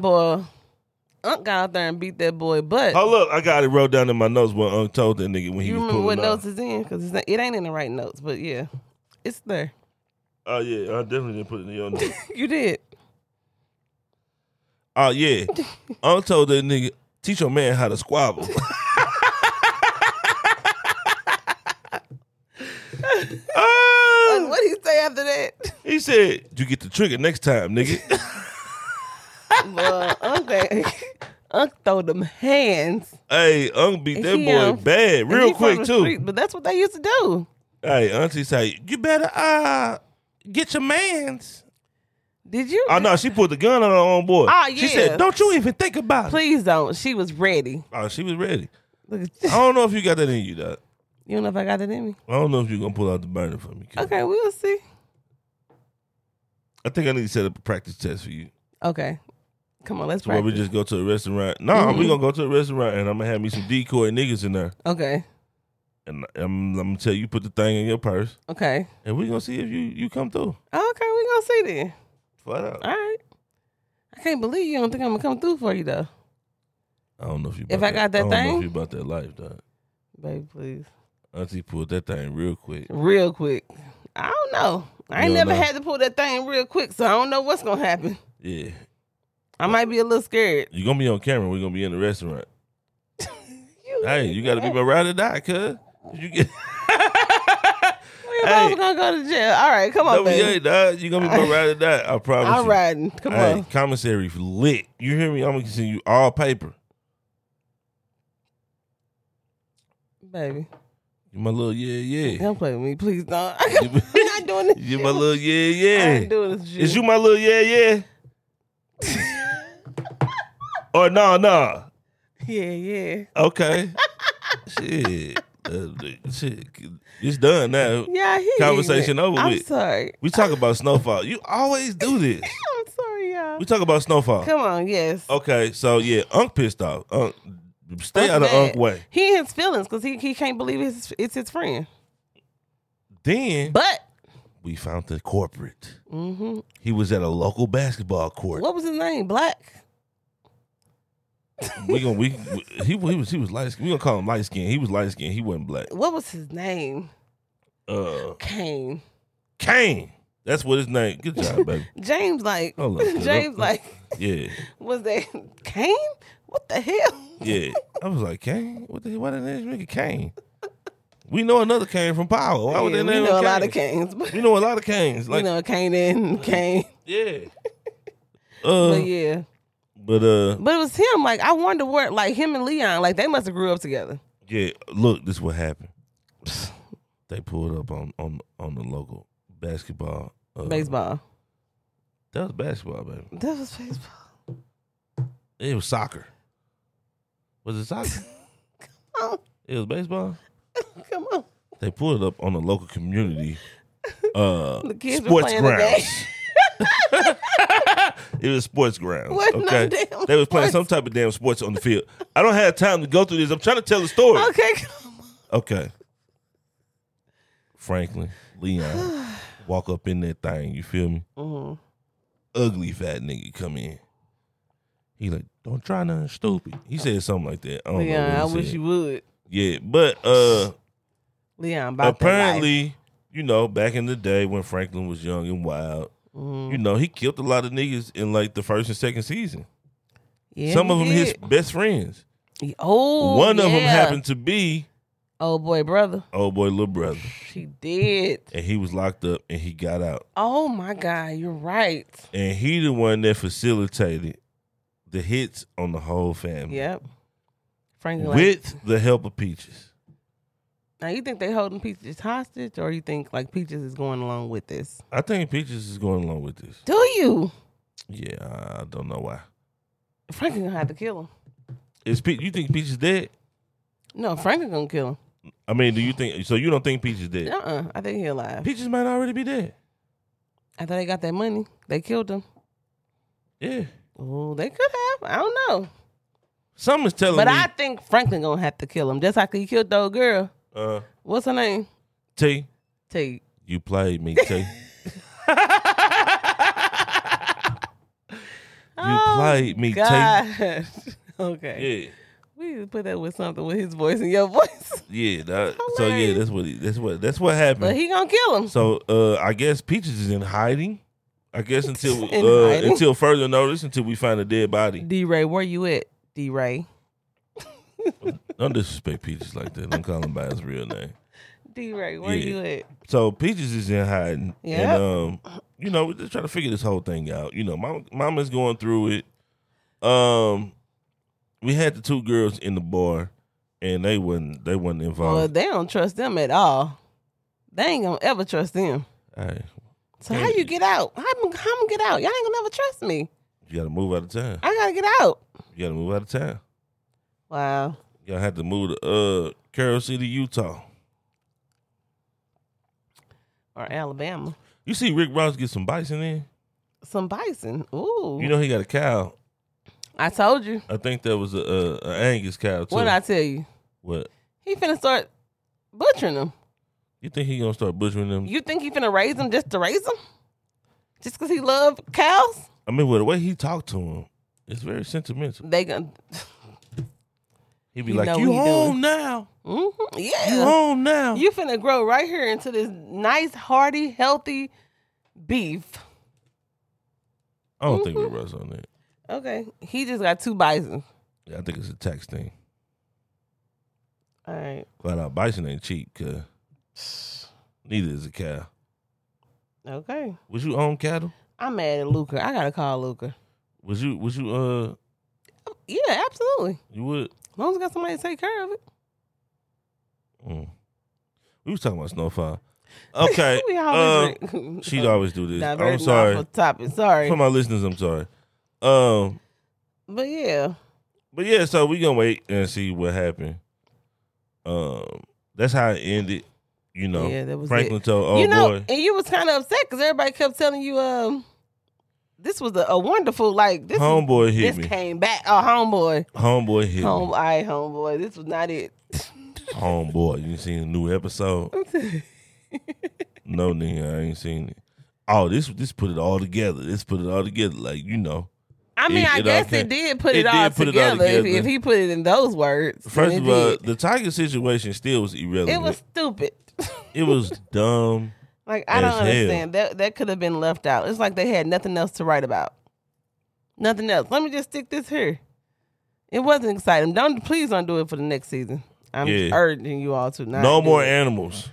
[SPEAKER 2] Boy, Unc got out there and beat that boy, but
[SPEAKER 1] Oh look, I got it wrote down in my notes what Unc told that nigga when he
[SPEAKER 2] you
[SPEAKER 1] was
[SPEAKER 2] remember
[SPEAKER 1] pulling
[SPEAKER 2] what
[SPEAKER 1] off.
[SPEAKER 2] notes is in because it ain't in the right notes. But yeah, it's there.
[SPEAKER 1] Oh yeah, I definitely didn't put it in your name.
[SPEAKER 2] You did.
[SPEAKER 1] Oh yeah, I told that nigga teach your man how to squabble.
[SPEAKER 2] Like,
[SPEAKER 1] Ah,
[SPEAKER 2] what did he say after that?
[SPEAKER 1] he said, "You get the trigger next time, nigga."
[SPEAKER 2] Well, okay. Unc throw them hands.
[SPEAKER 1] hey, Unc beat
[SPEAKER 2] And
[SPEAKER 1] that
[SPEAKER 2] he,
[SPEAKER 1] boy
[SPEAKER 2] um,
[SPEAKER 1] bad,
[SPEAKER 2] And
[SPEAKER 1] real
[SPEAKER 2] he from
[SPEAKER 1] quick
[SPEAKER 2] the
[SPEAKER 1] too.
[SPEAKER 2] street, but that's what they used to do.
[SPEAKER 1] Hey, Auntie say, "You better uh get your man's."
[SPEAKER 2] Did you?
[SPEAKER 1] Oh no, she put the gun on her own boy.
[SPEAKER 2] Ah,
[SPEAKER 1] She
[SPEAKER 2] yeah.
[SPEAKER 1] said, "Don't you even think about it."
[SPEAKER 2] Please don't. She was ready.
[SPEAKER 1] Oh, she was ready.
[SPEAKER 2] Look at
[SPEAKER 1] I don't know if you got that in you, though.
[SPEAKER 2] You don't know if I got it in me.
[SPEAKER 1] I don't know if you're gonna pull out the burner for me. kid.
[SPEAKER 2] Okay, we'll see.
[SPEAKER 1] I think I need to set up a practice test for you.
[SPEAKER 2] Okay. Come on, let's
[SPEAKER 1] So where we
[SPEAKER 2] practice. Mm-hmm.
[SPEAKER 1] just go to a restaurant. No, we gonna go to a restaurant and I'm gonna have me some decoy niggas in there.
[SPEAKER 2] Okay.
[SPEAKER 1] And I'm, I'm gonna tell you put the thing in your purse
[SPEAKER 2] Okay. Oh,
[SPEAKER 1] and we gonna see if you you come through.
[SPEAKER 2] Okay, we gonna see then.
[SPEAKER 1] Flat out.
[SPEAKER 2] All right. I can't believe you don't think I'm gonna come through for you though.
[SPEAKER 1] I don't know if you.
[SPEAKER 2] If
[SPEAKER 1] about
[SPEAKER 2] I got that
[SPEAKER 1] I don't know
[SPEAKER 2] thing?
[SPEAKER 1] if you about that life, dog.
[SPEAKER 2] Baby, please.
[SPEAKER 1] Auntie pulled that thing real quick.
[SPEAKER 2] Real quick. I don't know. I ain't
[SPEAKER 1] You don't
[SPEAKER 2] never
[SPEAKER 1] know.
[SPEAKER 2] had to pull that thing real quick, so I don't know what's gonna happen.
[SPEAKER 1] Yeah,
[SPEAKER 2] I might be a little scared.
[SPEAKER 1] you gonna be on camera. We are gonna be in the restaurant.
[SPEAKER 2] You-
[SPEAKER 1] Hey, you gotta be my ride or die, cuz. You get
[SPEAKER 2] We both
[SPEAKER 1] hey.
[SPEAKER 2] gonna go to jail. All right, come on,
[SPEAKER 1] WA,
[SPEAKER 2] baby.
[SPEAKER 1] dog. You gonna be my ride or die. I promise.
[SPEAKER 2] I'm
[SPEAKER 1] you.
[SPEAKER 2] riding. Come
[SPEAKER 1] Hey,
[SPEAKER 2] on.
[SPEAKER 1] commissary lit. You hear me? I'm gonna send you all paper.
[SPEAKER 2] Baby.
[SPEAKER 1] You my little yeah yeah.
[SPEAKER 2] Don't play with me, please don't. I'm not doing this.
[SPEAKER 1] You
[SPEAKER 2] shit.
[SPEAKER 1] my little
[SPEAKER 2] I
[SPEAKER 1] yeah
[SPEAKER 2] ain't
[SPEAKER 1] yeah.
[SPEAKER 2] doing this. shit.
[SPEAKER 1] Is you my little yeah yeah? or Oh, no no.
[SPEAKER 2] Yeah, yeah.
[SPEAKER 1] Okay. shit. Uh, shit. It's done now.
[SPEAKER 2] Yeah, he
[SPEAKER 1] Conversation over
[SPEAKER 2] I'm
[SPEAKER 1] with.
[SPEAKER 2] sorry.
[SPEAKER 1] We talk about snowfall. You always do this.
[SPEAKER 2] I'm sorry, y'all.
[SPEAKER 1] We talk about snowfall.
[SPEAKER 2] Come on, yes.
[SPEAKER 1] Okay, so yeah, Unc pissed off. Unc, Oh, stay
[SPEAKER 2] Fuck
[SPEAKER 1] out of
[SPEAKER 2] that.
[SPEAKER 1] Unc way.
[SPEAKER 2] He in his feelings because he, he can't believe it's it's his friend.
[SPEAKER 1] Then
[SPEAKER 2] But
[SPEAKER 1] we found the corporate.
[SPEAKER 2] hmm
[SPEAKER 1] He was at a local basketball court.
[SPEAKER 2] what was his name? Black.
[SPEAKER 1] We gonna we he, he was he was light. We gonna call him light skin. He was light skin. He wasn't black.
[SPEAKER 2] What was his name?
[SPEAKER 1] Uh,
[SPEAKER 2] Kane.
[SPEAKER 1] Kane. That's what his name. Good job, baby.
[SPEAKER 2] James like
[SPEAKER 1] Hold on.
[SPEAKER 2] James like
[SPEAKER 1] Yeah,
[SPEAKER 2] was that Kane? What the hell?
[SPEAKER 1] yeah. I was like Kane. What the hell? Why did they nigga Kane? We know another Kane from Power. Why would
[SPEAKER 2] Yeah,
[SPEAKER 1] they
[SPEAKER 2] we
[SPEAKER 1] name
[SPEAKER 2] know
[SPEAKER 1] him
[SPEAKER 2] a lot of
[SPEAKER 1] Kane?
[SPEAKER 2] Kanes, but
[SPEAKER 1] We know a lot of Kanes. Like
[SPEAKER 2] you know Kane and Kane.
[SPEAKER 1] yeah. Uh,
[SPEAKER 2] But yeah,
[SPEAKER 1] but uh,
[SPEAKER 2] but it was him. Like I wonder where, like him and Leon, like they must have grew up together.
[SPEAKER 1] Yeah, look, this what happened. They pulled up on on on the local basketball. Uh,
[SPEAKER 2] Baseball.
[SPEAKER 1] That was basketball, baby.
[SPEAKER 2] That was baseball.
[SPEAKER 1] It was soccer. Was it soccer?
[SPEAKER 2] Oh,
[SPEAKER 1] it was baseball.
[SPEAKER 2] come on.
[SPEAKER 1] They pulled up on the local community uh
[SPEAKER 2] The kids were
[SPEAKER 1] sports
[SPEAKER 2] playing the
[SPEAKER 1] grounds. it was sports grounds.
[SPEAKER 2] What? No
[SPEAKER 1] okay,
[SPEAKER 2] damn
[SPEAKER 1] they was playing
[SPEAKER 2] sports.
[SPEAKER 1] some type of damn sports on the field. I don't have time to go through this. I'm trying to tell the story.
[SPEAKER 2] Okay, come on.
[SPEAKER 1] Okay. Franklin, Leon, walk up in that thing. You feel me?
[SPEAKER 2] Mm-hmm.
[SPEAKER 1] Ugly fat nigga come in. He like, don't try nothing stupid. He said something like that. I don't
[SPEAKER 2] Leon, I
[SPEAKER 1] know what he
[SPEAKER 2] wish
[SPEAKER 1] said.
[SPEAKER 2] you would.
[SPEAKER 1] Yeah, but uh,
[SPEAKER 2] Leon, about that life.
[SPEAKER 1] apparently, you know, back in the day when Franklin was young and wild,
[SPEAKER 2] Mm-hmm.
[SPEAKER 1] you
[SPEAKER 2] Mm.
[SPEAKER 1] know, he killed a lot of niggas in like the first and second season.
[SPEAKER 2] Yeah,
[SPEAKER 1] Some
[SPEAKER 2] he
[SPEAKER 1] of them his
[SPEAKER 2] did.
[SPEAKER 1] best friends.
[SPEAKER 2] Oh,
[SPEAKER 1] One of them
[SPEAKER 2] yeah.
[SPEAKER 1] happened to be
[SPEAKER 2] Oh boy, brother,
[SPEAKER 1] old boy little brother,
[SPEAKER 2] she did.
[SPEAKER 1] and he was locked up and he got out.
[SPEAKER 2] Oh my God, you're right.
[SPEAKER 1] and he the one that facilitated the hits on the whole family
[SPEAKER 2] Yep. Franklin, like,
[SPEAKER 1] with the help of Peaches.
[SPEAKER 2] now you think they holding Peaches hostage, or you think like Peaches is going along with this?
[SPEAKER 1] I think Peaches is going along with this.
[SPEAKER 2] Do you?
[SPEAKER 1] Yeah, I don't know why.
[SPEAKER 2] Franklin gonna have to kill him.
[SPEAKER 1] Is Pe- you think Peaches dead?
[SPEAKER 2] No, Franklin gonna kill
[SPEAKER 1] I mean, do you think so? You don't think Peaches dead?
[SPEAKER 2] him. Uh, uh I think he alive.
[SPEAKER 1] Peaches might already be dead.
[SPEAKER 2] After they got that money, they killed him.
[SPEAKER 1] Yeah,
[SPEAKER 2] Oh, they could have. I don't know,
[SPEAKER 1] something's telling
[SPEAKER 2] but
[SPEAKER 1] me.
[SPEAKER 2] I think Franklin gonna have to kill him, just like he killed the old girl.
[SPEAKER 1] uh,
[SPEAKER 2] What's her name?
[SPEAKER 1] T,
[SPEAKER 2] T.
[SPEAKER 1] you played me, T. you played me,
[SPEAKER 2] Oh, God. okay.
[SPEAKER 1] T. Yeah,
[SPEAKER 2] We need to put that with something with his voice and your voice.
[SPEAKER 1] Yeah, that, so yeah, that's what he, that's what that's what happened.
[SPEAKER 2] But he gonna kill him.
[SPEAKER 1] So uh, I guess Peaches is in hiding. I guess until
[SPEAKER 2] In
[SPEAKER 1] uh,
[SPEAKER 2] hiding.
[SPEAKER 1] until further notice, until we find a dead body.
[SPEAKER 2] D Ray, where you at? D Ray.
[SPEAKER 1] Don't disrespect Peaches like that. Don't call him by his real name.
[SPEAKER 2] D Ray, where
[SPEAKER 1] Yeah.
[SPEAKER 2] you at?
[SPEAKER 1] So Peaches is in hiding,
[SPEAKER 2] Yep.
[SPEAKER 1] and um, you know, we're just trying to figure this whole thing out. You know, mama, mama's going through it. Um, we had the two girls in the bar, and they wasn't they wasn't
[SPEAKER 2] Well,
[SPEAKER 1] involved.
[SPEAKER 2] they don't trust them at all. They ain't gonna ever trust them.
[SPEAKER 1] All right,
[SPEAKER 2] So how you get out? How I'm, how I'm get out? Y'all ain't gonna never trust me.
[SPEAKER 1] you got to move out of town.
[SPEAKER 2] I gotta get out.
[SPEAKER 1] You got to move out of town.
[SPEAKER 2] Wow.
[SPEAKER 1] Y'all had to move to uh Carroll City, Utah.
[SPEAKER 2] Or Alabama.
[SPEAKER 1] You see Rick Ross get some bison in.
[SPEAKER 2] Some bison. Ooh.
[SPEAKER 1] You know he got a cow.
[SPEAKER 2] I told you.
[SPEAKER 1] I think that was a, a, a Angus cow too.
[SPEAKER 2] What did I tell you?
[SPEAKER 1] What?
[SPEAKER 2] He finna start butchering them.
[SPEAKER 1] You think he gonna start butchering them?
[SPEAKER 2] You think he finna raise them just to raise them? Just cause he love cows?
[SPEAKER 1] I mean, well, the way he talked to him, it's very sentimental.
[SPEAKER 2] They gonna.
[SPEAKER 1] He'd be
[SPEAKER 2] You know
[SPEAKER 1] like, "You
[SPEAKER 2] what he
[SPEAKER 1] home
[SPEAKER 2] doing."
[SPEAKER 1] now?
[SPEAKER 2] hmm Yeah.
[SPEAKER 1] You home now?"
[SPEAKER 2] You finna grow right here into this nice, hearty, healthy beef.
[SPEAKER 1] I don't think Rick Ross on that.
[SPEAKER 2] Okay. He just got two bison.
[SPEAKER 1] Yeah, I think it's a tax thing.
[SPEAKER 2] All right.
[SPEAKER 1] Flat out, bison ain't cheap. Cause neither is a cow.
[SPEAKER 2] Okay.
[SPEAKER 1] Would you own cattle?
[SPEAKER 2] I'm mad at Luca. I gotta call Luca.
[SPEAKER 1] Was you? Was you? Uh,
[SPEAKER 2] Yeah, absolutely.
[SPEAKER 1] you would?
[SPEAKER 2] As long as I got somebody to take care of it.
[SPEAKER 1] Mm. We was talking about snowfall. Okay.
[SPEAKER 2] we
[SPEAKER 1] uh,
[SPEAKER 2] always drink.
[SPEAKER 1] She'd always do this.
[SPEAKER 2] Diverting
[SPEAKER 1] I'm sorry.
[SPEAKER 2] off of topic. Sorry.
[SPEAKER 1] For my listeners, I'm sorry. Um,
[SPEAKER 2] but yeah.
[SPEAKER 1] but yeah, so we gonna wait and see what happened. Um, that's how it ended. You know,
[SPEAKER 2] Yeah, that was
[SPEAKER 1] Franklin
[SPEAKER 2] it.
[SPEAKER 1] told, "Oh
[SPEAKER 2] you know,
[SPEAKER 1] boy,
[SPEAKER 2] and you was kind of upset because everybody kept telling you, um, this was a, a wonderful like this. is-
[SPEAKER 1] homeboy hit
[SPEAKER 2] this
[SPEAKER 1] me.
[SPEAKER 2] came back. Oh, homeboy,
[SPEAKER 1] Homeboy hit
[SPEAKER 2] home,
[SPEAKER 1] me.
[SPEAKER 2] all right, homeboy. This was not it.
[SPEAKER 1] Homeboy, you seen the new episode? no, nigga, I ain't seen it. Oh, this this put it all together. This put it all together. Like you know,
[SPEAKER 2] I mean,
[SPEAKER 1] It-
[SPEAKER 2] I
[SPEAKER 1] it all
[SPEAKER 2] guess
[SPEAKER 1] came-
[SPEAKER 2] it did put it,
[SPEAKER 1] it
[SPEAKER 2] all,
[SPEAKER 1] did put it all
[SPEAKER 2] together, If,
[SPEAKER 1] together.
[SPEAKER 2] if he put it in those words. then
[SPEAKER 1] first
[SPEAKER 2] it
[SPEAKER 1] of all, uh,
[SPEAKER 2] did.
[SPEAKER 1] the Tiger situation still was irrelevant.
[SPEAKER 2] it was stupid.
[SPEAKER 1] it was dumb.
[SPEAKER 2] Like I
[SPEAKER 1] As
[SPEAKER 2] don't
[SPEAKER 1] hell.
[SPEAKER 2] understand that that could have been left out. It's like they had nothing else to write about. Nothing else. Let me just stick this here. It wasn't exciting. Don't please don't do it for the next season. I'm
[SPEAKER 1] Yeah.
[SPEAKER 2] urging you all to not.
[SPEAKER 1] no
[SPEAKER 2] do
[SPEAKER 1] more
[SPEAKER 2] it
[SPEAKER 1] animals,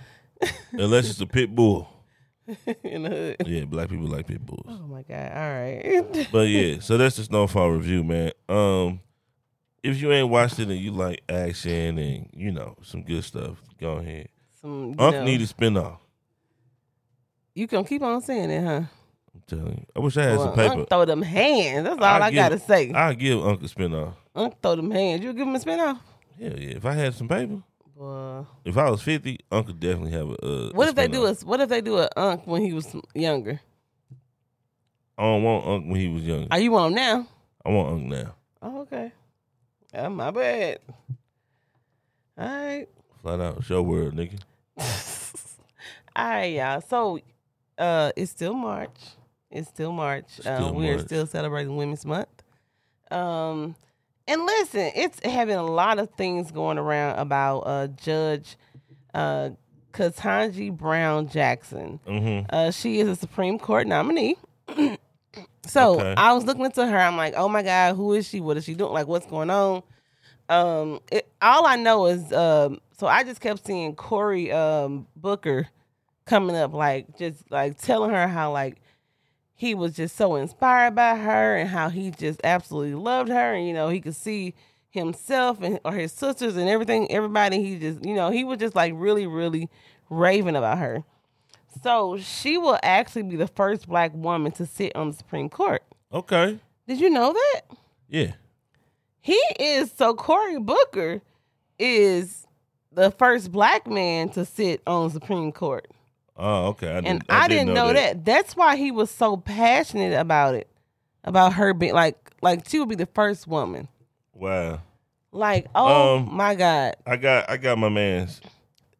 [SPEAKER 1] unless it's a pit bull.
[SPEAKER 2] in the hood.
[SPEAKER 1] Yeah, black people like pit bulls.
[SPEAKER 2] Oh my god! All right.
[SPEAKER 1] But yeah, so that's the Snowfall review, man. Um, if you ain't watched it and you like action and you know some good stuff, go ahead.
[SPEAKER 2] Some, you,
[SPEAKER 1] Unk
[SPEAKER 2] know,
[SPEAKER 1] need a spinoff.
[SPEAKER 2] you can keep on saying it, huh?
[SPEAKER 1] I'm telling you, I wish I had
[SPEAKER 2] Well,
[SPEAKER 1] some paper.
[SPEAKER 2] Unk throw them hands. That's all
[SPEAKER 1] I'll
[SPEAKER 2] I,
[SPEAKER 1] give-
[SPEAKER 2] gotta say.
[SPEAKER 1] I'll give Uncle a spinoff.
[SPEAKER 2] Unk throw them hands. You give him a spin off.
[SPEAKER 1] Yeah, yeah. If I had some paper,
[SPEAKER 2] Boy.
[SPEAKER 1] if I was fifty, Uncle definitely have a. Uh,
[SPEAKER 2] What
[SPEAKER 1] a
[SPEAKER 2] if they do
[SPEAKER 1] spinoff.
[SPEAKER 2] a What if they do a Unk when he was younger?
[SPEAKER 1] I don't want Uncle when he was younger.
[SPEAKER 2] Are you on now?
[SPEAKER 1] I want Uncle now.
[SPEAKER 2] Oh, okay. Uh, my bad. All right.
[SPEAKER 1] Flat out, show world, nigga.
[SPEAKER 2] All right, y'all. So uh it's still March. It's still March. uh,
[SPEAKER 1] Still
[SPEAKER 2] we are
[SPEAKER 1] March.
[SPEAKER 2] still celebrating Women's Month. Um and listen, it's having a lot of things going around about uh Judge uh Katanji Brown Jackson.
[SPEAKER 1] Mm-hmm.
[SPEAKER 2] Uh, she is a Supreme Court nominee. so
[SPEAKER 1] Okay.
[SPEAKER 2] I was looking into her. I'm like, oh my god, who is she? What is she doing? Like, what's going on? Um, it, all I know is, um, so I just kept seeing Cory um, Booker coming up, like just like telling her how like he was just so inspired by her and how he just absolutely loved her, and you know he could see himself and or his sisters and everything, everybody. He just, you know, he was just like really, really raving about her. So she will actually be the first black woman to sit on the Supreme Court.
[SPEAKER 1] Okay.
[SPEAKER 2] Did you know that?
[SPEAKER 1] Yeah.
[SPEAKER 2] He is so Cory Booker is the first black man to sit on Supreme Court.
[SPEAKER 1] Oh, okay. I didn't,
[SPEAKER 2] And I, didn't know, that. That's why he was so passionate about it. About her being like like she would be the first woman.
[SPEAKER 1] Wow.
[SPEAKER 2] Like, oh
[SPEAKER 1] Um,
[SPEAKER 2] my God.
[SPEAKER 1] I got I got my man's.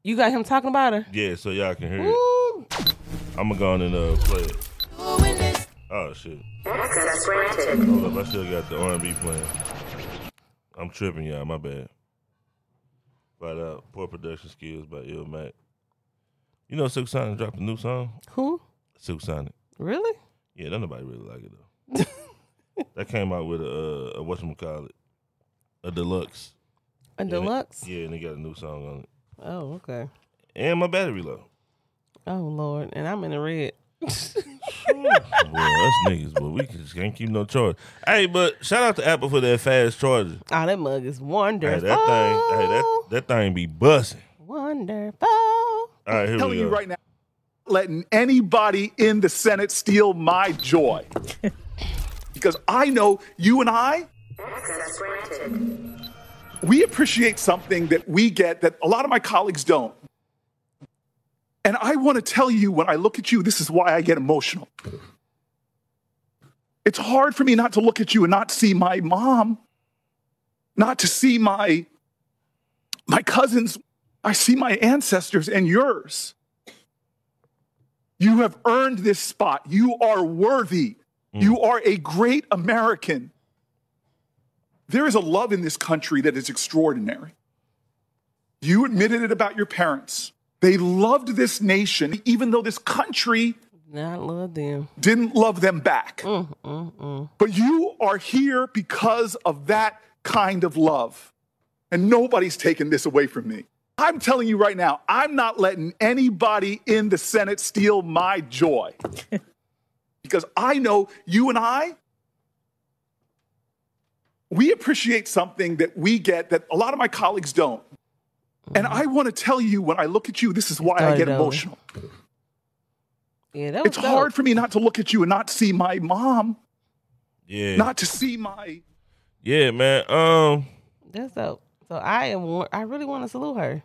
[SPEAKER 2] You got him talking about her?
[SPEAKER 1] Yeah, so y'all can hear it.
[SPEAKER 2] Ooh.
[SPEAKER 1] I'm gonna go on and uh, play it. Oh shit!
[SPEAKER 4] Access granted.
[SPEAKER 1] Hold up, I still got the R&B playing. I'm tripping, y'all. My bad. Right out. Poor production skills by Ill Mac. You know, Silk Sonic dropped a new song.
[SPEAKER 2] Who?
[SPEAKER 1] Silk Sonic.
[SPEAKER 2] Really?
[SPEAKER 1] Yeah, don't nobody really like it though. that came out with a, uh, a whatchamacallit, a deluxe.
[SPEAKER 2] A
[SPEAKER 1] And it-
[SPEAKER 2] deluxe?
[SPEAKER 1] yeah, and they got a new song on it.
[SPEAKER 2] Oh, okay.
[SPEAKER 1] And my battery low.
[SPEAKER 2] Oh Lord, and I'm in the red.
[SPEAKER 1] Well, us niggas, but we just can't keep no charge. Hey, but shout out to Apple for that fast charger.
[SPEAKER 2] Oh, that mug is wonderful.
[SPEAKER 1] Hey, that thing, hey, that that thing be busting.
[SPEAKER 2] Wonderful.
[SPEAKER 1] All right, here
[SPEAKER 4] telling
[SPEAKER 1] we go.
[SPEAKER 4] you right now, letting anybody in the Senate steal my joy. because I know you and I, we appreciate something that we get that a lot of my colleagues don't. And I want to tell you when I look at you, this is why I get emotional. It's hard for me not to look at you and not see my mom, not to see my my cousins, I see my ancestors and yours. You have earned this spot. You are worthy. You are a great American. There is a love in this country that is extraordinary. You admitted it about your parents. They loved this nation, even though this country
[SPEAKER 2] Not love them.
[SPEAKER 4] didn't love them back. But you are here because of that kind of love. And nobody's taking this away from me. I'm telling you right now, I'm not letting anybody in the Senate steal my joy. because I know you and I, we appreciate something that we get that a lot of my colleagues don't. And I want to tell you when I look at you, this is why I
[SPEAKER 2] Started
[SPEAKER 4] get
[SPEAKER 2] over.
[SPEAKER 4] emotional.
[SPEAKER 2] Yeah, that was
[SPEAKER 4] It's hard for me not to look at you and not see my mom,
[SPEAKER 1] Yeah,
[SPEAKER 4] not to see my
[SPEAKER 1] yeah, man. Um,
[SPEAKER 2] That's dope. So I am. wa- I really want to salute her,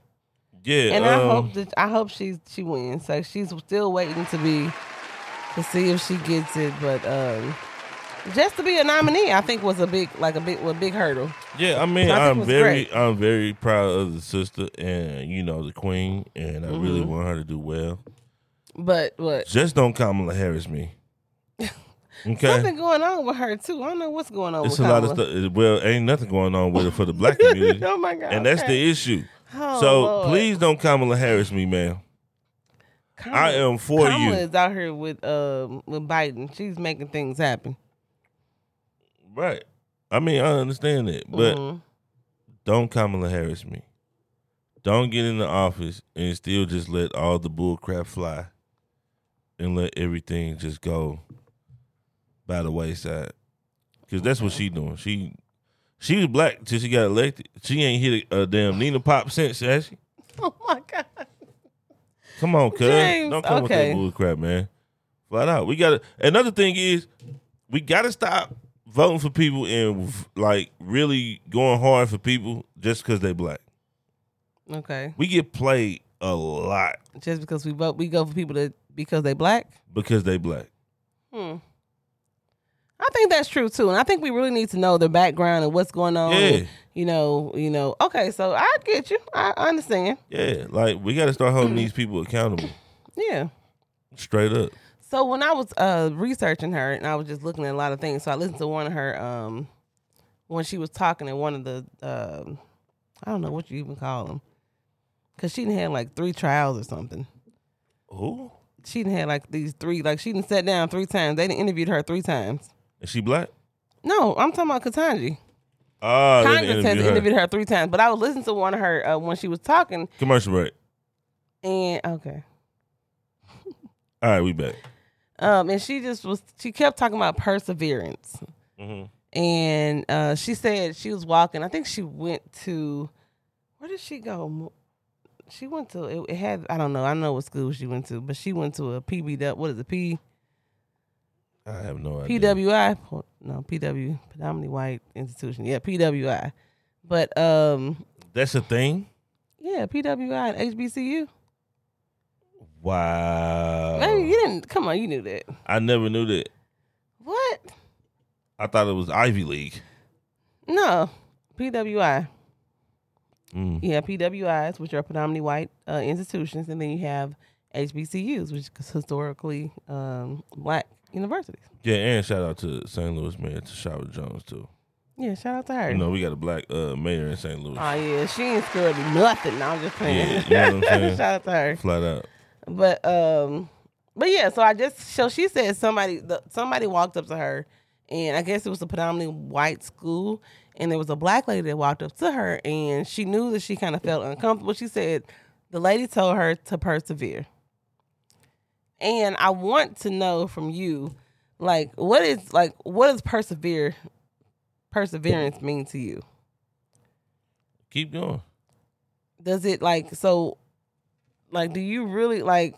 [SPEAKER 1] yeah,
[SPEAKER 2] and
[SPEAKER 1] um,
[SPEAKER 2] I hope that I hope she she wins. Like she's still waiting to be to see if she gets it, but um, just to be a nominee, I think was a big like a big a big hurdle.
[SPEAKER 1] Yeah, I mean,
[SPEAKER 2] I think it
[SPEAKER 1] I'm
[SPEAKER 2] was
[SPEAKER 1] very,
[SPEAKER 2] great.
[SPEAKER 1] I'm very proud of the sister and you know the queen, and I really
[SPEAKER 2] Mm-hmm.
[SPEAKER 1] want her to do well.
[SPEAKER 2] But what
[SPEAKER 1] Just don't Kamala Harris me. Okay,
[SPEAKER 2] something going on with her too? I don't know what's going on.
[SPEAKER 1] it's a
[SPEAKER 2] with
[SPEAKER 1] lot of
[SPEAKER 2] Kamala.
[SPEAKER 1] stuff. Well, ain't nothing going on with it for the black community,
[SPEAKER 2] oh my god!
[SPEAKER 1] and that's
[SPEAKER 2] okay.
[SPEAKER 1] the issue.
[SPEAKER 2] Oh,
[SPEAKER 1] so
[SPEAKER 2] Lord.
[SPEAKER 1] please don't Kamala Harris me, man. I am for
[SPEAKER 2] Kamala
[SPEAKER 1] you.
[SPEAKER 2] is out here with um with Biden. She's making things happen.
[SPEAKER 1] Right. I mean, I understand that, but
[SPEAKER 2] Mhm.
[SPEAKER 1] don't Kamala Harris me. Don't get in the office and still just let all the bull crap fly and let everything just go by the wayside. Cause that's what she doing. She she was black till she got elected. She ain't hit a, a damn Nina Pop since, has she?
[SPEAKER 2] oh my god!
[SPEAKER 1] Come on, cuz.
[SPEAKER 2] James,
[SPEAKER 1] Don't come
[SPEAKER 2] okay.
[SPEAKER 1] with that bull crap, man. Flat out. We gotta another thing is we gotta stop voting for people and like really going hard for people just because they black.
[SPEAKER 2] Okay,
[SPEAKER 1] we get played a lot
[SPEAKER 2] just because we vote, we go for people that because they black.
[SPEAKER 1] because they black.
[SPEAKER 2] Hmm. I think that's true too, and I think we really need to know the background and what's going on.
[SPEAKER 1] Yeah.
[SPEAKER 2] You know, you know. Okay, so I get you. I I understand.
[SPEAKER 1] Yeah, like we got to start holding these people accountable,
[SPEAKER 2] Yeah.
[SPEAKER 1] straight up.
[SPEAKER 2] So when I was uh, researching her, and I was just looking at a lot of things, so I listened to one of her um, when she was talking at one of the um, I don't know what you even call them, because she didn't have like three trials or something.
[SPEAKER 1] Who?
[SPEAKER 2] She didn't had like these three, like she didn't sat down three times. They didn't interviewed her three times.
[SPEAKER 1] Is she black?
[SPEAKER 2] No, I'm talking about Katanji.
[SPEAKER 1] Ah, they done
[SPEAKER 2] Congress has
[SPEAKER 1] interviewed her.
[SPEAKER 2] interviewed her three times, but I was listening to one of her uh, when she was talking,
[SPEAKER 1] Commercial break.
[SPEAKER 2] and okay,
[SPEAKER 1] All right, we back.
[SPEAKER 2] um, and she just was she kept talking about perseverance.
[SPEAKER 1] Mhm.
[SPEAKER 2] and uh, she said she was walking. I think she went to where did she go? Mo- She went to it, it had I don't know I don't know what school she went to, but she went to a PBW. What is it? P
[SPEAKER 1] I have no idea.
[SPEAKER 2] PWI? Well, No, PW predominantly white institution. Yeah, PWI. But um,
[SPEAKER 1] That's a thing.
[SPEAKER 2] yeah, PWI and HBCU.
[SPEAKER 1] Wow.
[SPEAKER 2] Maybe you didn't. Come on, you knew that.
[SPEAKER 1] I never knew that.
[SPEAKER 2] What?
[SPEAKER 1] I thought it was Ivy League.
[SPEAKER 2] No, PWI.
[SPEAKER 1] Mm.
[SPEAKER 2] You have PWIs, which are predominantly white uh, institutions, and then you have HBCUs, which is historically um, black universities.
[SPEAKER 1] Yeah, and shout out to St. Louis man to Shower Jones too.
[SPEAKER 2] Yeah, shout out to her.
[SPEAKER 1] You know, we got a black uh, mayor in St. Louis.
[SPEAKER 2] Oh yeah, she ain't scared of nothing. No, I'm just
[SPEAKER 1] yeah,
[SPEAKER 2] playing.
[SPEAKER 1] you know what I'm saying?
[SPEAKER 2] shout out to her.
[SPEAKER 1] Flat out.
[SPEAKER 2] But um, but yeah. So I just so she said somebody the, somebody walked up to her, and I guess it was a predominantly white school, and there was a black lady that walked up to her, and she knew that she kind of felt uncomfortable. She said the lady told her to persevere. And I want to know from you, like what is like what does persevere perseverance mean to you?
[SPEAKER 1] Keep going.
[SPEAKER 2] does it like so like do you really like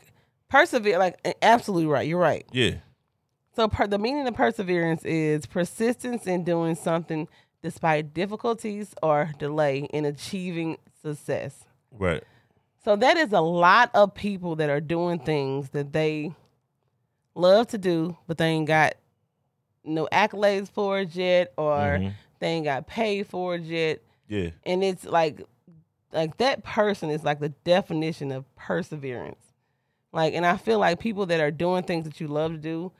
[SPEAKER 2] persevere like a- absolutely right you're right
[SPEAKER 1] Yeah.
[SPEAKER 2] so per- the meaning of perseverance is persistence in doing something despite difficulties or delay in achieving success
[SPEAKER 1] Right.
[SPEAKER 2] so that is a lot of people that are doing things that they love to do but they ain't got no accolades for it yet or
[SPEAKER 1] Mhm.
[SPEAKER 2] they ain't got paid for it yet
[SPEAKER 1] Yeah.
[SPEAKER 2] and it's like like that person is like the definition of perseverance like and i feel like people that are doing things that you love to do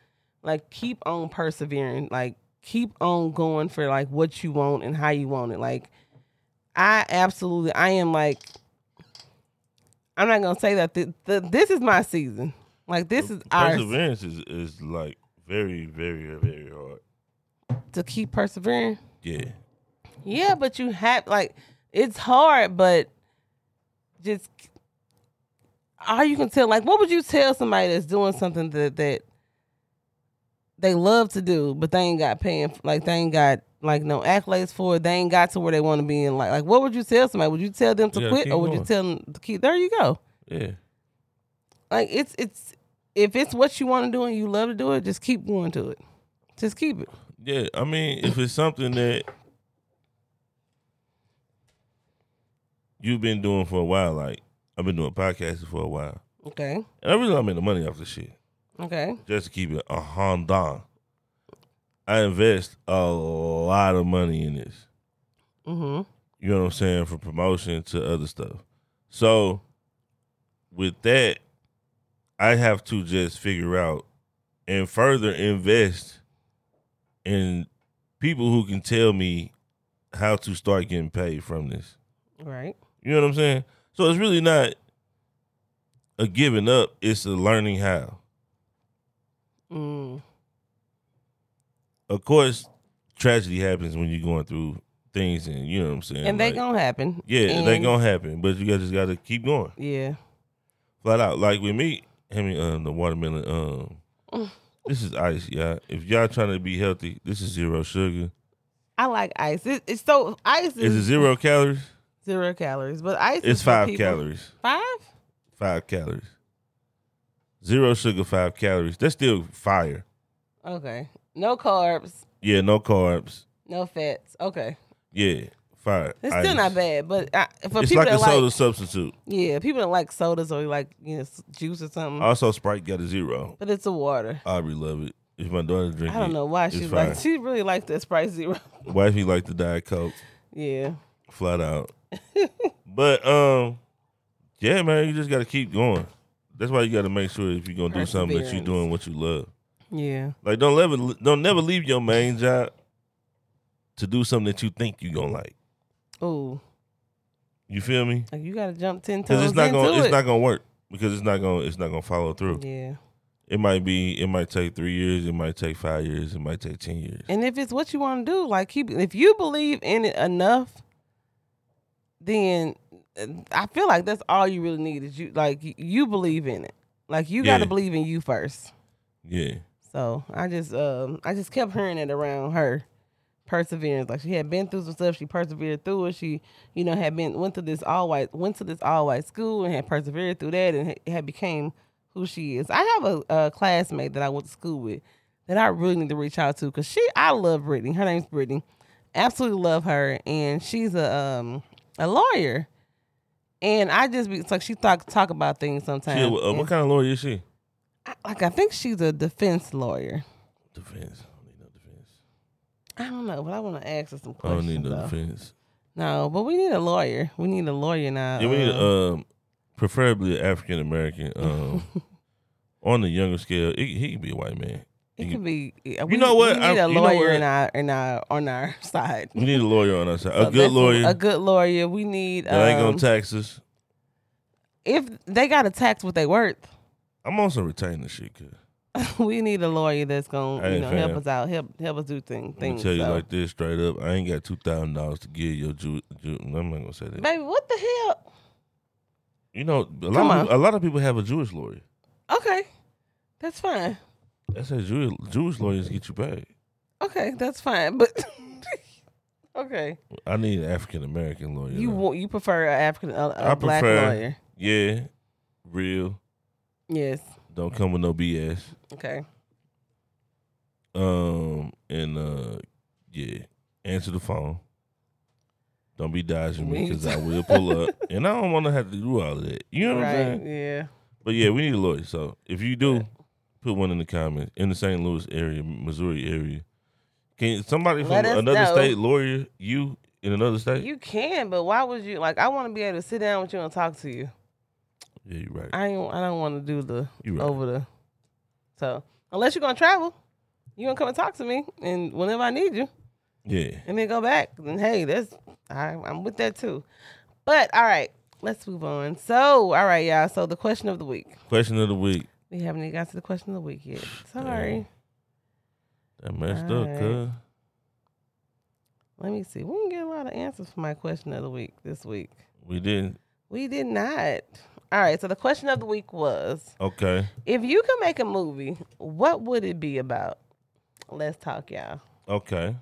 [SPEAKER 2] like keep on persevering like keep on going for like what you want and how you want it like i absolutely i am like i'm not gonna say that th- th- this is my season like this is ours
[SPEAKER 1] Perseverance is, is like very, very, very hard.
[SPEAKER 2] to keep persevering
[SPEAKER 1] Yeah.
[SPEAKER 2] Yeah, but you have like it's hard, but just all you can tell like what would you tell somebody that's doing something that that they love to do, but they ain't got paying like they ain't got like no accolades for it. They ain't got to where they want to be in like like what would you tell somebody? Would you tell them to
[SPEAKER 1] You gotta
[SPEAKER 2] quit
[SPEAKER 1] keep
[SPEAKER 2] or would you
[SPEAKER 1] going.
[SPEAKER 2] tell them to keep there you go.
[SPEAKER 1] Yeah.
[SPEAKER 2] Like it's it's if it's what you want to do and you love to do it, just keep going to it. Just keep it.
[SPEAKER 1] Yeah. I mean, if it's something that you've been doing for a while, like I've been doing podcasting for a while,
[SPEAKER 2] Okay.
[SPEAKER 1] and I really I'm making money off this shit.
[SPEAKER 2] Okay.
[SPEAKER 1] just to keep it a Honda. I invest a lot of money in this.
[SPEAKER 2] Mhm.
[SPEAKER 1] You know what I'm saying? From promotion to other stuff. So with that, I have to just figure out and further invest in people who can tell me how to start getting paid from this.
[SPEAKER 2] All right.
[SPEAKER 1] You know what I'm saying? So it's really not a giving up, it's a learning how.
[SPEAKER 2] Mm.
[SPEAKER 1] of course, tragedy happens when you're going through things, and you know what I'm saying.
[SPEAKER 2] and they
[SPEAKER 1] like,
[SPEAKER 2] gonna happen.
[SPEAKER 1] yeah, they
[SPEAKER 2] And-
[SPEAKER 1] gonna happen, but you got just got to keep going,
[SPEAKER 2] Yeah.
[SPEAKER 1] flat out. Like with me, I mean, um, the watermelon. Um, this is ice, y'all. If y'all trying to be healthy, this is zero sugar.
[SPEAKER 2] I like ice. It, it's so ice
[SPEAKER 1] Is
[SPEAKER 2] is,
[SPEAKER 1] it zero calories?
[SPEAKER 2] zero calories, but ice is
[SPEAKER 1] It's
[SPEAKER 2] for
[SPEAKER 1] five
[SPEAKER 2] people-
[SPEAKER 1] calories.
[SPEAKER 2] Five?
[SPEAKER 1] Five calories. Zero sugar, five calories. That's still fire.
[SPEAKER 2] Okay. No carbs,
[SPEAKER 1] Yeah, no carbs.
[SPEAKER 2] no fats. Okay.
[SPEAKER 1] Yeah, fire.
[SPEAKER 2] It's
[SPEAKER 1] Ice.
[SPEAKER 2] still not bad, but I, for
[SPEAKER 1] It's
[SPEAKER 2] people
[SPEAKER 1] like a
[SPEAKER 2] that like
[SPEAKER 1] soda substitute.
[SPEAKER 2] yeah, people that like sodas or like you know s- juice or something,
[SPEAKER 1] Also, Sprite got a zero.
[SPEAKER 2] but it's a water.
[SPEAKER 1] Aubrey love it. If my daughter drink
[SPEAKER 2] I don't
[SPEAKER 1] it,
[SPEAKER 2] know why
[SPEAKER 1] it's
[SPEAKER 2] she's
[SPEAKER 1] fine.
[SPEAKER 2] like she really liked that Sprite Zero.
[SPEAKER 1] Wifey like to diet coke,
[SPEAKER 2] yeah.
[SPEAKER 1] flat out. but um, yeah, man, you just gotta keep going. That's why you gotta make sure if you're gonna do something that you're
[SPEAKER 2] Perseverance.
[SPEAKER 1] doing what you love.
[SPEAKER 2] Yeah.
[SPEAKER 1] Like don't ever, don't never leave your main job to do something that you think you gonna like.
[SPEAKER 2] Ooh.
[SPEAKER 1] You feel me?
[SPEAKER 2] Like you gotta jump ten toes
[SPEAKER 1] Because it's not
[SPEAKER 2] into
[SPEAKER 1] gonna, it's
[SPEAKER 2] it.
[SPEAKER 1] not gonna work. Because it's not gonna, it's not gonna follow through.
[SPEAKER 2] yeah.
[SPEAKER 1] It might be, it might take three years, it might take five years, it might take ten years.
[SPEAKER 2] And if it's what you want to do, like keep if you believe in it enough, then uh, I feel like that's all you really need is you like y- you believe in it. Like you got
[SPEAKER 1] Yeah.
[SPEAKER 2] to believe in you first.
[SPEAKER 1] Yeah,
[SPEAKER 2] So I just um I just kept hearing it around her perseverance. Like she had been through some stuff, she persevered through it. She you know had been went to this all white went to this all white school and had persevered through that and had, had became who she is. I have a, a classmate that I went to school with that I really need to reach out to because she I love Brittany. Her name's Brittany. Absolutely love her and she's a um a lawyer. And I just be it's like she talk talk about things sometimes.
[SPEAKER 1] she, a- uh,
[SPEAKER 2] And
[SPEAKER 1] what kind of lawyer is she?
[SPEAKER 2] I- like I think she's a defense lawyer.
[SPEAKER 1] Defense. I don't need no defense.
[SPEAKER 2] I don't know, but I want to ask her some
[SPEAKER 1] I don't
[SPEAKER 2] questions.
[SPEAKER 1] need no
[SPEAKER 2] though.
[SPEAKER 1] defense.
[SPEAKER 2] No, but we need a lawyer. We need a lawyer now.
[SPEAKER 1] Yeah, we need
[SPEAKER 2] um,
[SPEAKER 1] um, preferably African American. Um, on the younger scale, it, he could be a white man.
[SPEAKER 2] It
[SPEAKER 1] You-
[SPEAKER 2] could be. We,
[SPEAKER 1] know what?
[SPEAKER 2] We
[SPEAKER 1] I-
[SPEAKER 2] need a
[SPEAKER 1] you know
[SPEAKER 2] lawyer
[SPEAKER 1] what?
[SPEAKER 2] in our in our on our side.
[SPEAKER 1] We need a lawyer on our side.
[SPEAKER 2] So
[SPEAKER 1] A good
[SPEAKER 2] that's
[SPEAKER 1] lawyer
[SPEAKER 2] A good lawyer. We need.
[SPEAKER 1] that ain't
[SPEAKER 2] Um,
[SPEAKER 1] gonna tax us.
[SPEAKER 2] if they got to tax what they worth,
[SPEAKER 1] I'm on some retainer shit, cause
[SPEAKER 2] we need a lawyer that's gonna
[SPEAKER 1] Hey,
[SPEAKER 2] you know help
[SPEAKER 1] fam.
[SPEAKER 2] us out, help help us do thing,
[SPEAKER 1] I'm gonna
[SPEAKER 2] things.
[SPEAKER 1] tell you
[SPEAKER 2] so.
[SPEAKER 1] like this straight up. I ain't got two thousand dollars to give your ju- ju- I'm not gonna say that.
[SPEAKER 2] Baby, what the hell?
[SPEAKER 1] You know, a
[SPEAKER 2] Come
[SPEAKER 1] lot, of,
[SPEAKER 2] on.
[SPEAKER 1] people- a lot of people have a Jewish lawyer.
[SPEAKER 2] Okay, that's fine.
[SPEAKER 1] That's how Jewish, Jewish lawyers get you paid.
[SPEAKER 2] Okay, that's fine. But okay,
[SPEAKER 1] I need an African American lawyer.
[SPEAKER 2] you
[SPEAKER 1] though.
[SPEAKER 2] wa- you prefer an African a, a
[SPEAKER 1] I
[SPEAKER 2] black
[SPEAKER 1] prefer-
[SPEAKER 2] lawyer?
[SPEAKER 1] yeah, real.
[SPEAKER 2] Yes.
[SPEAKER 1] Don't come with no BS.
[SPEAKER 2] Okay.
[SPEAKER 1] Um, and uh, yeah, answer the phone. Don't be dodging me
[SPEAKER 2] Me
[SPEAKER 1] because I will pull up, and I don't want to have to do all of that. You know what I'm
[SPEAKER 2] Right.
[SPEAKER 1] saying?
[SPEAKER 2] Yeah.
[SPEAKER 1] But yeah, we need a lawyer. So if you do, put one in the comments in the St. Louis area, Missouri area. Can somebody from
[SPEAKER 2] Let us
[SPEAKER 1] another
[SPEAKER 2] know.
[SPEAKER 1] state lawyer you in another state?
[SPEAKER 2] You can, but why would you like? I want to be able to sit down with you and talk to you.
[SPEAKER 1] yeah, you're right.
[SPEAKER 2] I ain't, I don't want to do the
[SPEAKER 1] You're right.
[SPEAKER 2] over the. So unless you're gonna travel, you gonna come and talk to me, and whenever I need you,
[SPEAKER 1] yeah,
[SPEAKER 2] and then go back. And hey, that's I, I'm with that too. But all right, let's move on. So all right, y'all. So the question of the week.
[SPEAKER 1] question of the week.
[SPEAKER 2] We haven't even got to the question of the week yet. Sorry.
[SPEAKER 1] That messed up,
[SPEAKER 2] Alright.
[SPEAKER 1] cuz.
[SPEAKER 2] Let me see. We didn't get a lot of answers for my question of the week this week.
[SPEAKER 1] We didn't.
[SPEAKER 2] We did not. All right. So the question of the week was.
[SPEAKER 1] Okay.
[SPEAKER 2] If you could make a movie, what would it be about? Let's talk, y'all.
[SPEAKER 1] Okay.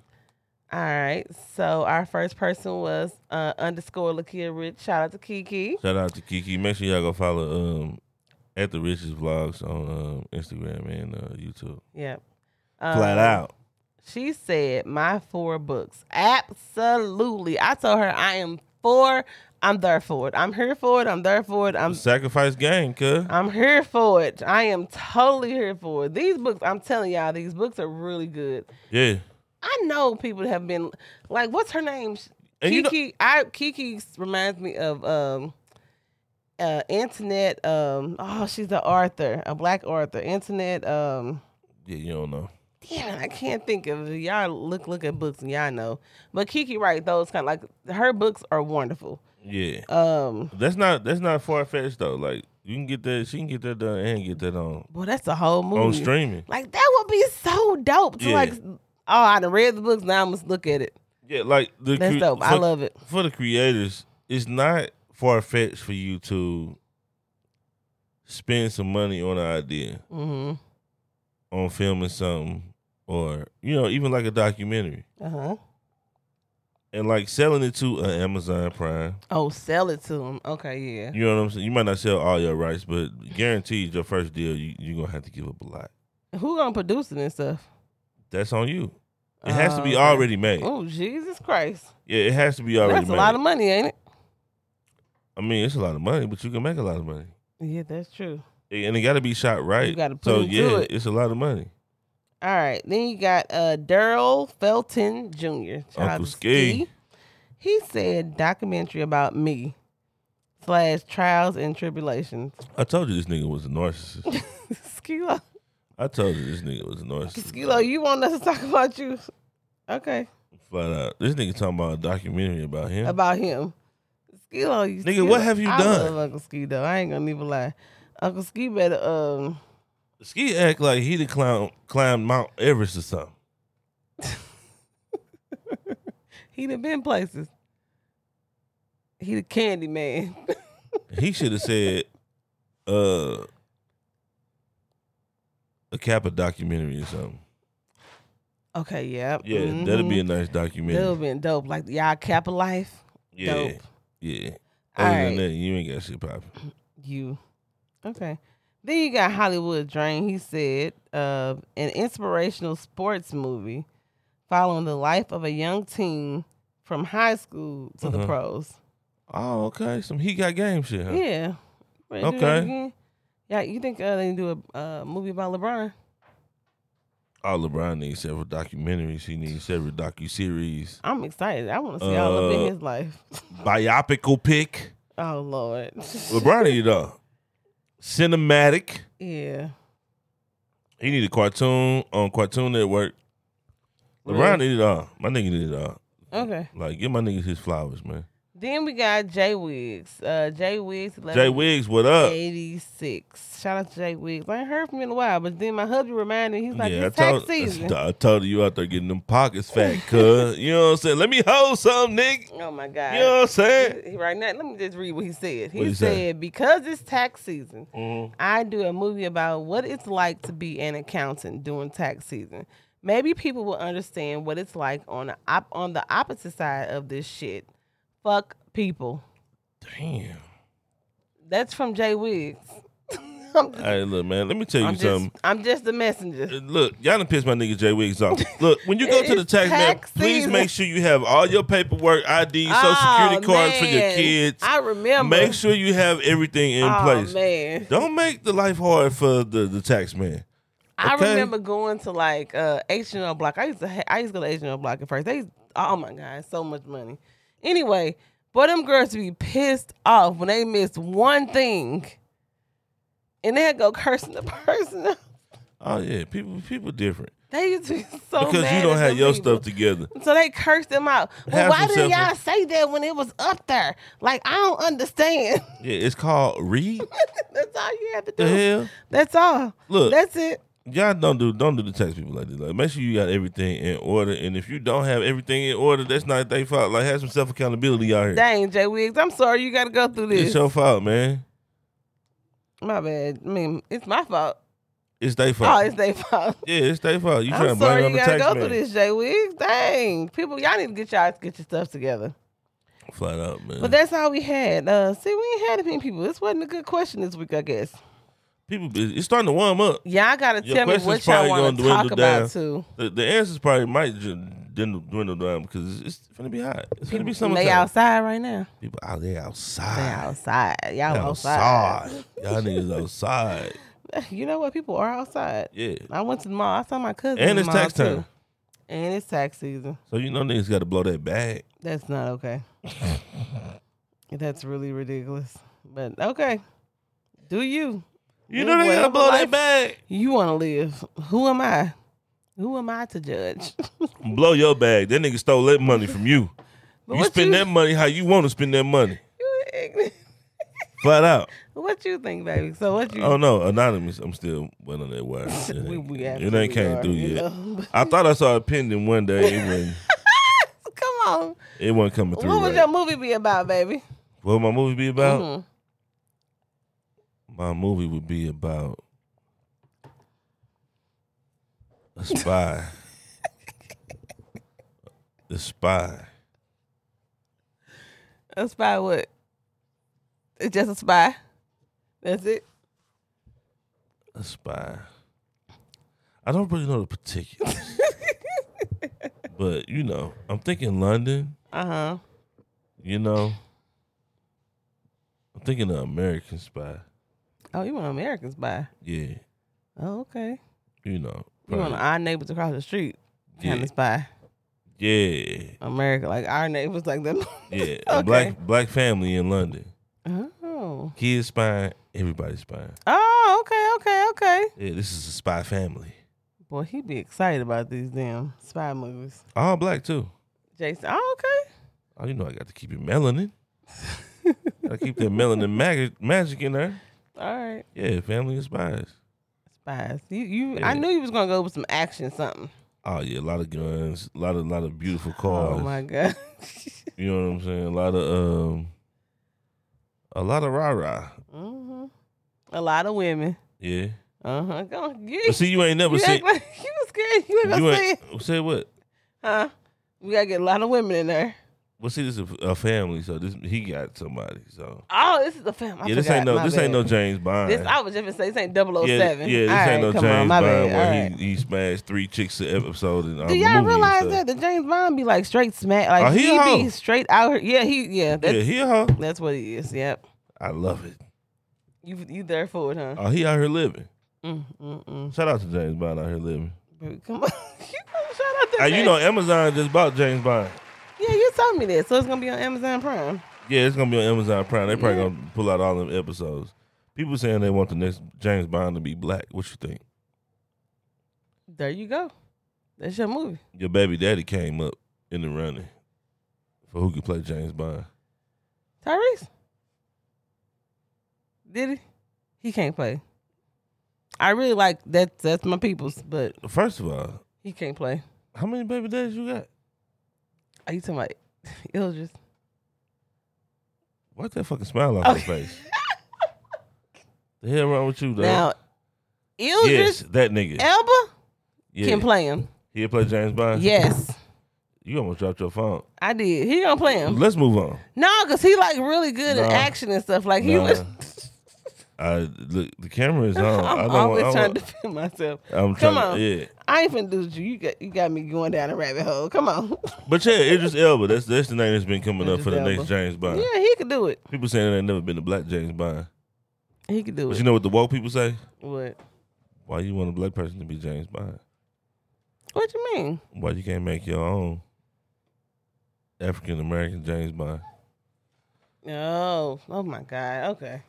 [SPEAKER 2] All right. So our first person was uh, underscore Lakia Rich. Shout out to Kiki.
[SPEAKER 1] Shout out to Kiki. Make sure y'all go follow um at the richest vlogs on um, Instagram and uh, YouTube.
[SPEAKER 2] Yep. Um,
[SPEAKER 1] Flat out.
[SPEAKER 2] She said, "My four books." Absolutely. I told her I am for. I'm there for it. I'm here for it. I'm there for it. I'm
[SPEAKER 1] Sacrifice gang, cuz.
[SPEAKER 2] I'm here for it. I am totally here for it. These books, I'm telling y'all, these books are really good.
[SPEAKER 1] Yeah.
[SPEAKER 2] I know people have been like, what's her name? Sh-
[SPEAKER 1] And you know-
[SPEAKER 2] Kiki. I Kiki reminds me of um, uh, Antoinette. Um, oh, she's an author, a black author. Antoinette. Um,
[SPEAKER 1] Yeah, you don't know.
[SPEAKER 2] damn, I can't think of it. y'all. Look, look at books and y'all know. But Kiki, write Those kind of like her books are wonderful.
[SPEAKER 1] Yeah.
[SPEAKER 2] Um,
[SPEAKER 1] That's not that's not far fetched though. Like you can get that she can get that done and get that on
[SPEAKER 2] well, that's a whole movie.
[SPEAKER 1] on streaming.
[SPEAKER 2] Like that would be so dope to
[SPEAKER 1] Yeah.
[SPEAKER 2] like. Oh, I done read the books. Now I must look at it.
[SPEAKER 1] Yeah, like the
[SPEAKER 2] That's
[SPEAKER 1] cre-
[SPEAKER 2] dope. I
[SPEAKER 1] for-
[SPEAKER 2] love it.
[SPEAKER 1] for the creators, it's not far fetched for you to spend some money on an idea,
[SPEAKER 2] hmm
[SPEAKER 1] on filming something, or you know, even like a documentary,
[SPEAKER 2] Uh huh.
[SPEAKER 1] and like selling it to an Amazon Prime.
[SPEAKER 2] Oh, sell it to them. Okay, yeah.
[SPEAKER 1] You know what I'm saying? You might not sell all your rights, but guaranteed your first deal, you, you're gonna have to give up a lot.
[SPEAKER 2] Who gonna produce it and stuff?
[SPEAKER 1] That's on you. It has to be
[SPEAKER 2] Okay.
[SPEAKER 1] already made.
[SPEAKER 2] Oh Jesus Christ!
[SPEAKER 1] Yeah, it has to be already
[SPEAKER 2] That's a
[SPEAKER 1] made.
[SPEAKER 2] lot of money, ain't it?
[SPEAKER 1] I mean, it's a lot of money, but you can make a lot of money,
[SPEAKER 2] Yeah, that's true.
[SPEAKER 1] and it got to be shot right.
[SPEAKER 2] gotta put
[SPEAKER 1] so
[SPEAKER 2] into
[SPEAKER 1] yeah,
[SPEAKER 2] it.
[SPEAKER 1] it's a lot of money.
[SPEAKER 2] All right, then you got uh Daryl Felton Jr. Shout out
[SPEAKER 1] Uncle
[SPEAKER 2] to
[SPEAKER 1] Ski.
[SPEAKER 2] He said documentary about me slash trials and tribulations.
[SPEAKER 1] I told you this nigga was a narcissist.
[SPEAKER 2] Skilo,
[SPEAKER 1] I told you this nigga was a narcissist.
[SPEAKER 2] Skilo, you want us to talk about you? Okay,
[SPEAKER 1] Flat out. uh, This nigga talking about a documentary about him.
[SPEAKER 2] about him. Skilo, you
[SPEAKER 1] Nigga, what
[SPEAKER 2] Skee-Lo.
[SPEAKER 1] have you
[SPEAKER 2] I
[SPEAKER 1] done?
[SPEAKER 2] love Uncle Ski though. I ain't gonna even lie. Uncle Ski better um.
[SPEAKER 1] Ski act like he the clown climbed Mount Everest or something.
[SPEAKER 2] He'd have been places. He the candy man.
[SPEAKER 1] He should have said, uh, a Kappa documentary or something.
[SPEAKER 2] okay, yeah.
[SPEAKER 1] Yeah, that'd be a nice documentary.
[SPEAKER 2] that would been dope. Like y'all Kappa life.
[SPEAKER 1] yeah,
[SPEAKER 2] dope.
[SPEAKER 1] yeah.
[SPEAKER 2] All
[SPEAKER 1] Other than
[SPEAKER 2] right.
[SPEAKER 1] that, you ain't got shit popping.
[SPEAKER 2] You. Okay. Then you got Hollywood Drain. He said, uh, an inspirational sports movie following the life of a young teen from high school to the
[SPEAKER 1] Uh-huh.
[SPEAKER 2] pros.
[SPEAKER 1] Oh, okay. Some he got game shit. Huh?
[SPEAKER 2] Yeah. Ready to do that
[SPEAKER 1] Okay.
[SPEAKER 2] again? Yeah, you think uh, they do a uh, movie about LeBron?
[SPEAKER 1] Oh, LeBron needs several documentaries. He needs several docu series.
[SPEAKER 2] I'm excited. I want to see all up in
[SPEAKER 1] Uh,
[SPEAKER 2] his life.
[SPEAKER 1] Biopical pick.
[SPEAKER 2] Oh Lord.
[SPEAKER 1] LeBron, you know, cinematic.
[SPEAKER 2] yeah.
[SPEAKER 1] He needed cartoon on Cartoon Network. LeBron needed all. My nigga needed all.
[SPEAKER 2] Okay.
[SPEAKER 1] Like, give my niggas his flowers, man.
[SPEAKER 2] Then we got Jay Wiggs. Uh, Jay Wiggs.
[SPEAKER 1] Jay Wiggs, what up?
[SPEAKER 2] 86. Shout out to Jay Wiggs. I ain't heard from him in a while, but then my hubby reminded me, he's like,
[SPEAKER 1] yeah, I
[SPEAKER 2] it's tax
[SPEAKER 1] told,
[SPEAKER 2] season.
[SPEAKER 1] I told you out there getting them pockets fat, cuz. you know what I'm saying? Let me hold some, nigga.
[SPEAKER 2] Oh my God.
[SPEAKER 1] You know what I'm saying?
[SPEAKER 2] He- he- Right now, let me just read what he said. He
[SPEAKER 1] What he
[SPEAKER 2] said,
[SPEAKER 1] said? Mm.
[SPEAKER 2] because it's tax season, I do a movie about what it's like to be an accountant during tax season. Maybe people will understand what it's like on the op- on the opposite side of this shit. Fuck people.
[SPEAKER 1] Damn.
[SPEAKER 2] That's from Jay Wiggs. I'm just,
[SPEAKER 1] Hey, look, man, let me tell you
[SPEAKER 2] I'm just,
[SPEAKER 1] something.
[SPEAKER 2] I'm just the
[SPEAKER 1] Uh,
[SPEAKER 2] messenger.
[SPEAKER 1] Look, y'all done pissed my nigga Jay Wiggs off. Look, when you go to the
[SPEAKER 2] It's
[SPEAKER 1] tax man,
[SPEAKER 2] tax
[SPEAKER 1] please
[SPEAKER 2] season.
[SPEAKER 1] make sure you have all your paperwork, ID, social security
[SPEAKER 2] Oh,
[SPEAKER 1] cards for your
[SPEAKER 2] man.
[SPEAKER 1] kids.
[SPEAKER 2] I remember.
[SPEAKER 1] Make sure you have everything in
[SPEAKER 2] oh,
[SPEAKER 1] place.
[SPEAKER 2] man.
[SPEAKER 1] Don't make the life hard for the, the tax man.
[SPEAKER 2] I
[SPEAKER 1] Okay.
[SPEAKER 2] remember going to like uh H and L Block. I used to ha- I used to go to H and L Block at first. They used- oh my god, so much money. Anyway, but them girls to be pissed off when they missed one thing, and they had to go cursing the person.
[SPEAKER 1] Oh yeah, people people different
[SPEAKER 2] They used to be so
[SPEAKER 1] because
[SPEAKER 2] mad
[SPEAKER 1] you
[SPEAKER 2] at
[SPEAKER 1] don't have
[SPEAKER 2] them
[SPEAKER 1] your
[SPEAKER 2] people.
[SPEAKER 1] stuff together.
[SPEAKER 2] So they cursed them out. Well,
[SPEAKER 1] Have
[SPEAKER 2] why
[SPEAKER 1] some
[SPEAKER 2] didn't
[SPEAKER 1] self-
[SPEAKER 2] y'all say that when it was up there? Like I don't understand.
[SPEAKER 1] Yeah, it's called read.
[SPEAKER 2] That's all you have to
[SPEAKER 1] the
[SPEAKER 2] do.
[SPEAKER 1] hell,
[SPEAKER 2] That's all.
[SPEAKER 1] Look.
[SPEAKER 2] That's it.
[SPEAKER 1] y'all don't do don't do the tax people like this. Like, make sure you got everything in order. And if you don't have everything in order, that's not their fault. Like, have some self accountability out here.
[SPEAKER 2] Dang, Jay Wiggs. I'm sorry you got to go through this.
[SPEAKER 1] it's your fault, man.
[SPEAKER 2] My bad. I mean, it's my fault.
[SPEAKER 1] It's their
[SPEAKER 2] Oh,
[SPEAKER 1] fault.
[SPEAKER 2] it's their fault.
[SPEAKER 1] yeah, it's their fault. You trying to
[SPEAKER 2] I'm
[SPEAKER 1] blame it
[SPEAKER 2] sorry
[SPEAKER 1] on
[SPEAKER 2] you
[SPEAKER 1] the
[SPEAKER 2] gotta
[SPEAKER 1] tax
[SPEAKER 2] go
[SPEAKER 1] man?
[SPEAKER 2] through this, Jay Wiggs. Dang, people, y'all need to get y'all get your stuff together.
[SPEAKER 1] Flat out, man.
[SPEAKER 2] But that's all we had. Uh, see, we ain't had many people. This wasn't a good question this week, I guess.
[SPEAKER 1] people, it's starting to warm up.
[SPEAKER 2] Y'all gotta
[SPEAKER 1] Your
[SPEAKER 2] tell me
[SPEAKER 1] question's
[SPEAKER 2] what y'all
[SPEAKER 1] probably gonna
[SPEAKER 2] want to talk
[SPEAKER 1] dwindle
[SPEAKER 2] about
[SPEAKER 1] down.
[SPEAKER 2] too.
[SPEAKER 1] The, the answers probably might just dwindle, dwindle down because it's, it's gonna be hot. It's gonna be summertime.
[SPEAKER 2] They outside right now.
[SPEAKER 1] People out there outside.
[SPEAKER 2] They outside. Y'all outside.
[SPEAKER 1] outside. Y'all niggas outside.
[SPEAKER 2] You know what? People are outside.
[SPEAKER 1] Yeah.
[SPEAKER 2] I went to the mall. I saw my cousin. in
[SPEAKER 1] And
[SPEAKER 2] the
[SPEAKER 1] it's
[SPEAKER 2] mall,
[SPEAKER 1] tax
[SPEAKER 2] too.
[SPEAKER 1] time.
[SPEAKER 2] And it's tax season.
[SPEAKER 1] So you know niggas gotta blow that bag.
[SPEAKER 2] That's not okay. That's really ridiculous. But okay. Do you?
[SPEAKER 1] You
[SPEAKER 2] Live
[SPEAKER 1] know they gotta
[SPEAKER 2] whatever
[SPEAKER 1] blow
[SPEAKER 2] life-
[SPEAKER 1] that bag.
[SPEAKER 2] You want to live. Who am I? Who am I to judge? but
[SPEAKER 1] Blow your bag. That nigga stole that money from you. you
[SPEAKER 2] what
[SPEAKER 1] spend
[SPEAKER 2] you,
[SPEAKER 1] that money how you wanna spend that money.
[SPEAKER 2] you ignorant.
[SPEAKER 1] Flat out.
[SPEAKER 2] What you think, baby? So what you?
[SPEAKER 1] Oh no, anonymous. I'm still went on that wire. It
[SPEAKER 2] we,
[SPEAKER 1] ain't,
[SPEAKER 2] we
[SPEAKER 1] it
[SPEAKER 2] absolutely
[SPEAKER 1] ain't came
[SPEAKER 2] are,
[SPEAKER 1] through
[SPEAKER 2] you
[SPEAKER 1] yet.
[SPEAKER 2] know. But
[SPEAKER 1] I thought I saw a pendant one day. It wasn't,
[SPEAKER 2] Come on.
[SPEAKER 1] it wasn't coming through.
[SPEAKER 2] What would
[SPEAKER 1] right.
[SPEAKER 2] your movie be about, baby?
[SPEAKER 1] What would my movie be about?
[SPEAKER 2] Mhm.
[SPEAKER 1] My movie would be about a spy. the spy.
[SPEAKER 2] A spy. What? It's just a spy. That's it.
[SPEAKER 1] A spy. I don't really know the particulars. but, you know, I'm thinking London,
[SPEAKER 2] Uh huh.
[SPEAKER 1] you know. I'm thinking an American spy.
[SPEAKER 2] Oh, you want American Spy?
[SPEAKER 1] Yeah,
[SPEAKER 2] Oh, okay.
[SPEAKER 1] you know.
[SPEAKER 2] You want
[SPEAKER 1] probably.
[SPEAKER 2] our neighbors across the street kind
[SPEAKER 1] Yeah.
[SPEAKER 2] of spy?
[SPEAKER 1] Yeah,
[SPEAKER 2] America, like our neighbors, like them.
[SPEAKER 1] yeah.
[SPEAKER 2] Okay.
[SPEAKER 1] A black black family in London.
[SPEAKER 2] Oh.
[SPEAKER 1] Kids spying, everybody's spying.
[SPEAKER 2] Oh, okay, okay, okay.
[SPEAKER 1] Yeah, this is a spy family.
[SPEAKER 2] Boy, he be excited about these damn spy movies.
[SPEAKER 1] All black too.
[SPEAKER 2] Jason, oh, okay.
[SPEAKER 1] Oh, you know I got to keep your melanin. Gotta keep that melanin mag- magic in there.
[SPEAKER 2] All right.
[SPEAKER 1] Yeah, family and spies.
[SPEAKER 2] Spies. You, you I
[SPEAKER 1] Yeah.
[SPEAKER 2] knew you was gonna go with some action something.
[SPEAKER 1] Oh yeah, a lot of guns, a lot of lot of beautiful
[SPEAKER 2] Oh
[SPEAKER 1] cars.
[SPEAKER 2] my god.
[SPEAKER 1] You know what I'm saying? A lot of um, a lot of rah rah.
[SPEAKER 2] hmm A lot of women.
[SPEAKER 1] Yeah,
[SPEAKER 2] Uh-huh. Go on. You,
[SPEAKER 1] but see, you ain't never
[SPEAKER 2] you
[SPEAKER 1] seen.
[SPEAKER 2] act like you was scared. You
[SPEAKER 1] you
[SPEAKER 2] ain't gonna say it.
[SPEAKER 1] ain't say what?
[SPEAKER 2] Huh? We gotta get a lot of women in there.
[SPEAKER 1] Well, see, this is a, a family, so this he got somebody. So
[SPEAKER 2] Oh, this is the film. I
[SPEAKER 1] yeah, this
[SPEAKER 2] forgot.
[SPEAKER 1] ain't no,
[SPEAKER 2] My
[SPEAKER 1] this ain't
[SPEAKER 2] bad.
[SPEAKER 1] no James Bond.
[SPEAKER 2] This I was just gonna say this ain't 007.
[SPEAKER 1] yeah, yeah, this
[SPEAKER 2] All right,
[SPEAKER 1] ain't no
[SPEAKER 2] come
[SPEAKER 1] James
[SPEAKER 2] on, my
[SPEAKER 1] Bond
[SPEAKER 2] bad.
[SPEAKER 1] where
[SPEAKER 2] All right.
[SPEAKER 1] he, he smashed three chicks an episode. In, um,
[SPEAKER 2] Do
[SPEAKER 1] a
[SPEAKER 2] y'all
[SPEAKER 1] movie and
[SPEAKER 2] realize
[SPEAKER 1] stuff.
[SPEAKER 2] that the James Bond be like straight smack? Like
[SPEAKER 1] Oh, he
[SPEAKER 2] he,
[SPEAKER 1] a hoe.
[SPEAKER 2] be straight out here. Yeah, he yeah. That's,
[SPEAKER 1] yeah, he a hoe.
[SPEAKER 2] that's what he is. Yep.
[SPEAKER 1] I love it.
[SPEAKER 2] You you there for it, huh?
[SPEAKER 1] Oh, he out here living.
[SPEAKER 2] Mm, mm, mm.
[SPEAKER 1] Shout out to James Bond out here living.
[SPEAKER 2] Baby, Come on. you gonna shout out to
[SPEAKER 1] Uh, you
[SPEAKER 2] James-
[SPEAKER 1] know, Amazon just bought James Bond.
[SPEAKER 2] Yeah, you told me that. So it's gonna be on Amazon Prime.
[SPEAKER 1] Yeah, it's gonna be on Amazon Prime. They probably gonna pull out all them episodes. People saying they want the next James Bond to be black. What you think?
[SPEAKER 2] There you go. That's your movie.
[SPEAKER 1] Your baby daddy came up in the running for who could play James Bond.
[SPEAKER 2] Tyrese. Did he? He can't play. I really like that. That's my people's, but
[SPEAKER 1] First of all,
[SPEAKER 2] he can't play.
[SPEAKER 1] how many baby daddies you got?
[SPEAKER 2] Are you talking about Ildris?
[SPEAKER 1] Wipe that fucking smile off your face. the hell wrong with you, dog?
[SPEAKER 2] Now, Ildris
[SPEAKER 1] yes, that nigga.
[SPEAKER 2] Elba
[SPEAKER 1] yeah.
[SPEAKER 2] can play him.
[SPEAKER 1] He'll play James Bond.
[SPEAKER 2] Yes,
[SPEAKER 1] You almost dropped your phone.
[SPEAKER 2] I did. He gonna play him.
[SPEAKER 1] Let's move on.
[SPEAKER 2] No, cause he like really good in
[SPEAKER 1] No.
[SPEAKER 2] action and stuff. Like he
[SPEAKER 1] No.
[SPEAKER 2] was.
[SPEAKER 1] I look. The camera is on. I
[SPEAKER 2] I'm
[SPEAKER 1] don't
[SPEAKER 2] always
[SPEAKER 1] want- I
[SPEAKER 2] trying
[SPEAKER 1] want-
[SPEAKER 2] to defend myself.
[SPEAKER 1] I'm
[SPEAKER 2] Come
[SPEAKER 1] trying.
[SPEAKER 2] on.
[SPEAKER 1] Yeah.
[SPEAKER 2] I ain't finna do you. You got you got me going down a rabbit hole. Come on.
[SPEAKER 1] But yeah, Idris Elba. That's that's the name that's been coming up for the
[SPEAKER 2] Idris Elba.
[SPEAKER 1] next James Bond.
[SPEAKER 2] yeah, he could do it.
[SPEAKER 1] People saying there ain't never been a black James Bond.
[SPEAKER 2] He could do
[SPEAKER 1] But
[SPEAKER 2] it.
[SPEAKER 1] you know what the woke people say?
[SPEAKER 2] what?
[SPEAKER 1] Why you want a black person to be James Bond?
[SPEAKER 2] What you mean?
[SPEAKER 1] Why you can't make your own African American James Bond?
[SPEAKER 2] No. Oh my God. Okay.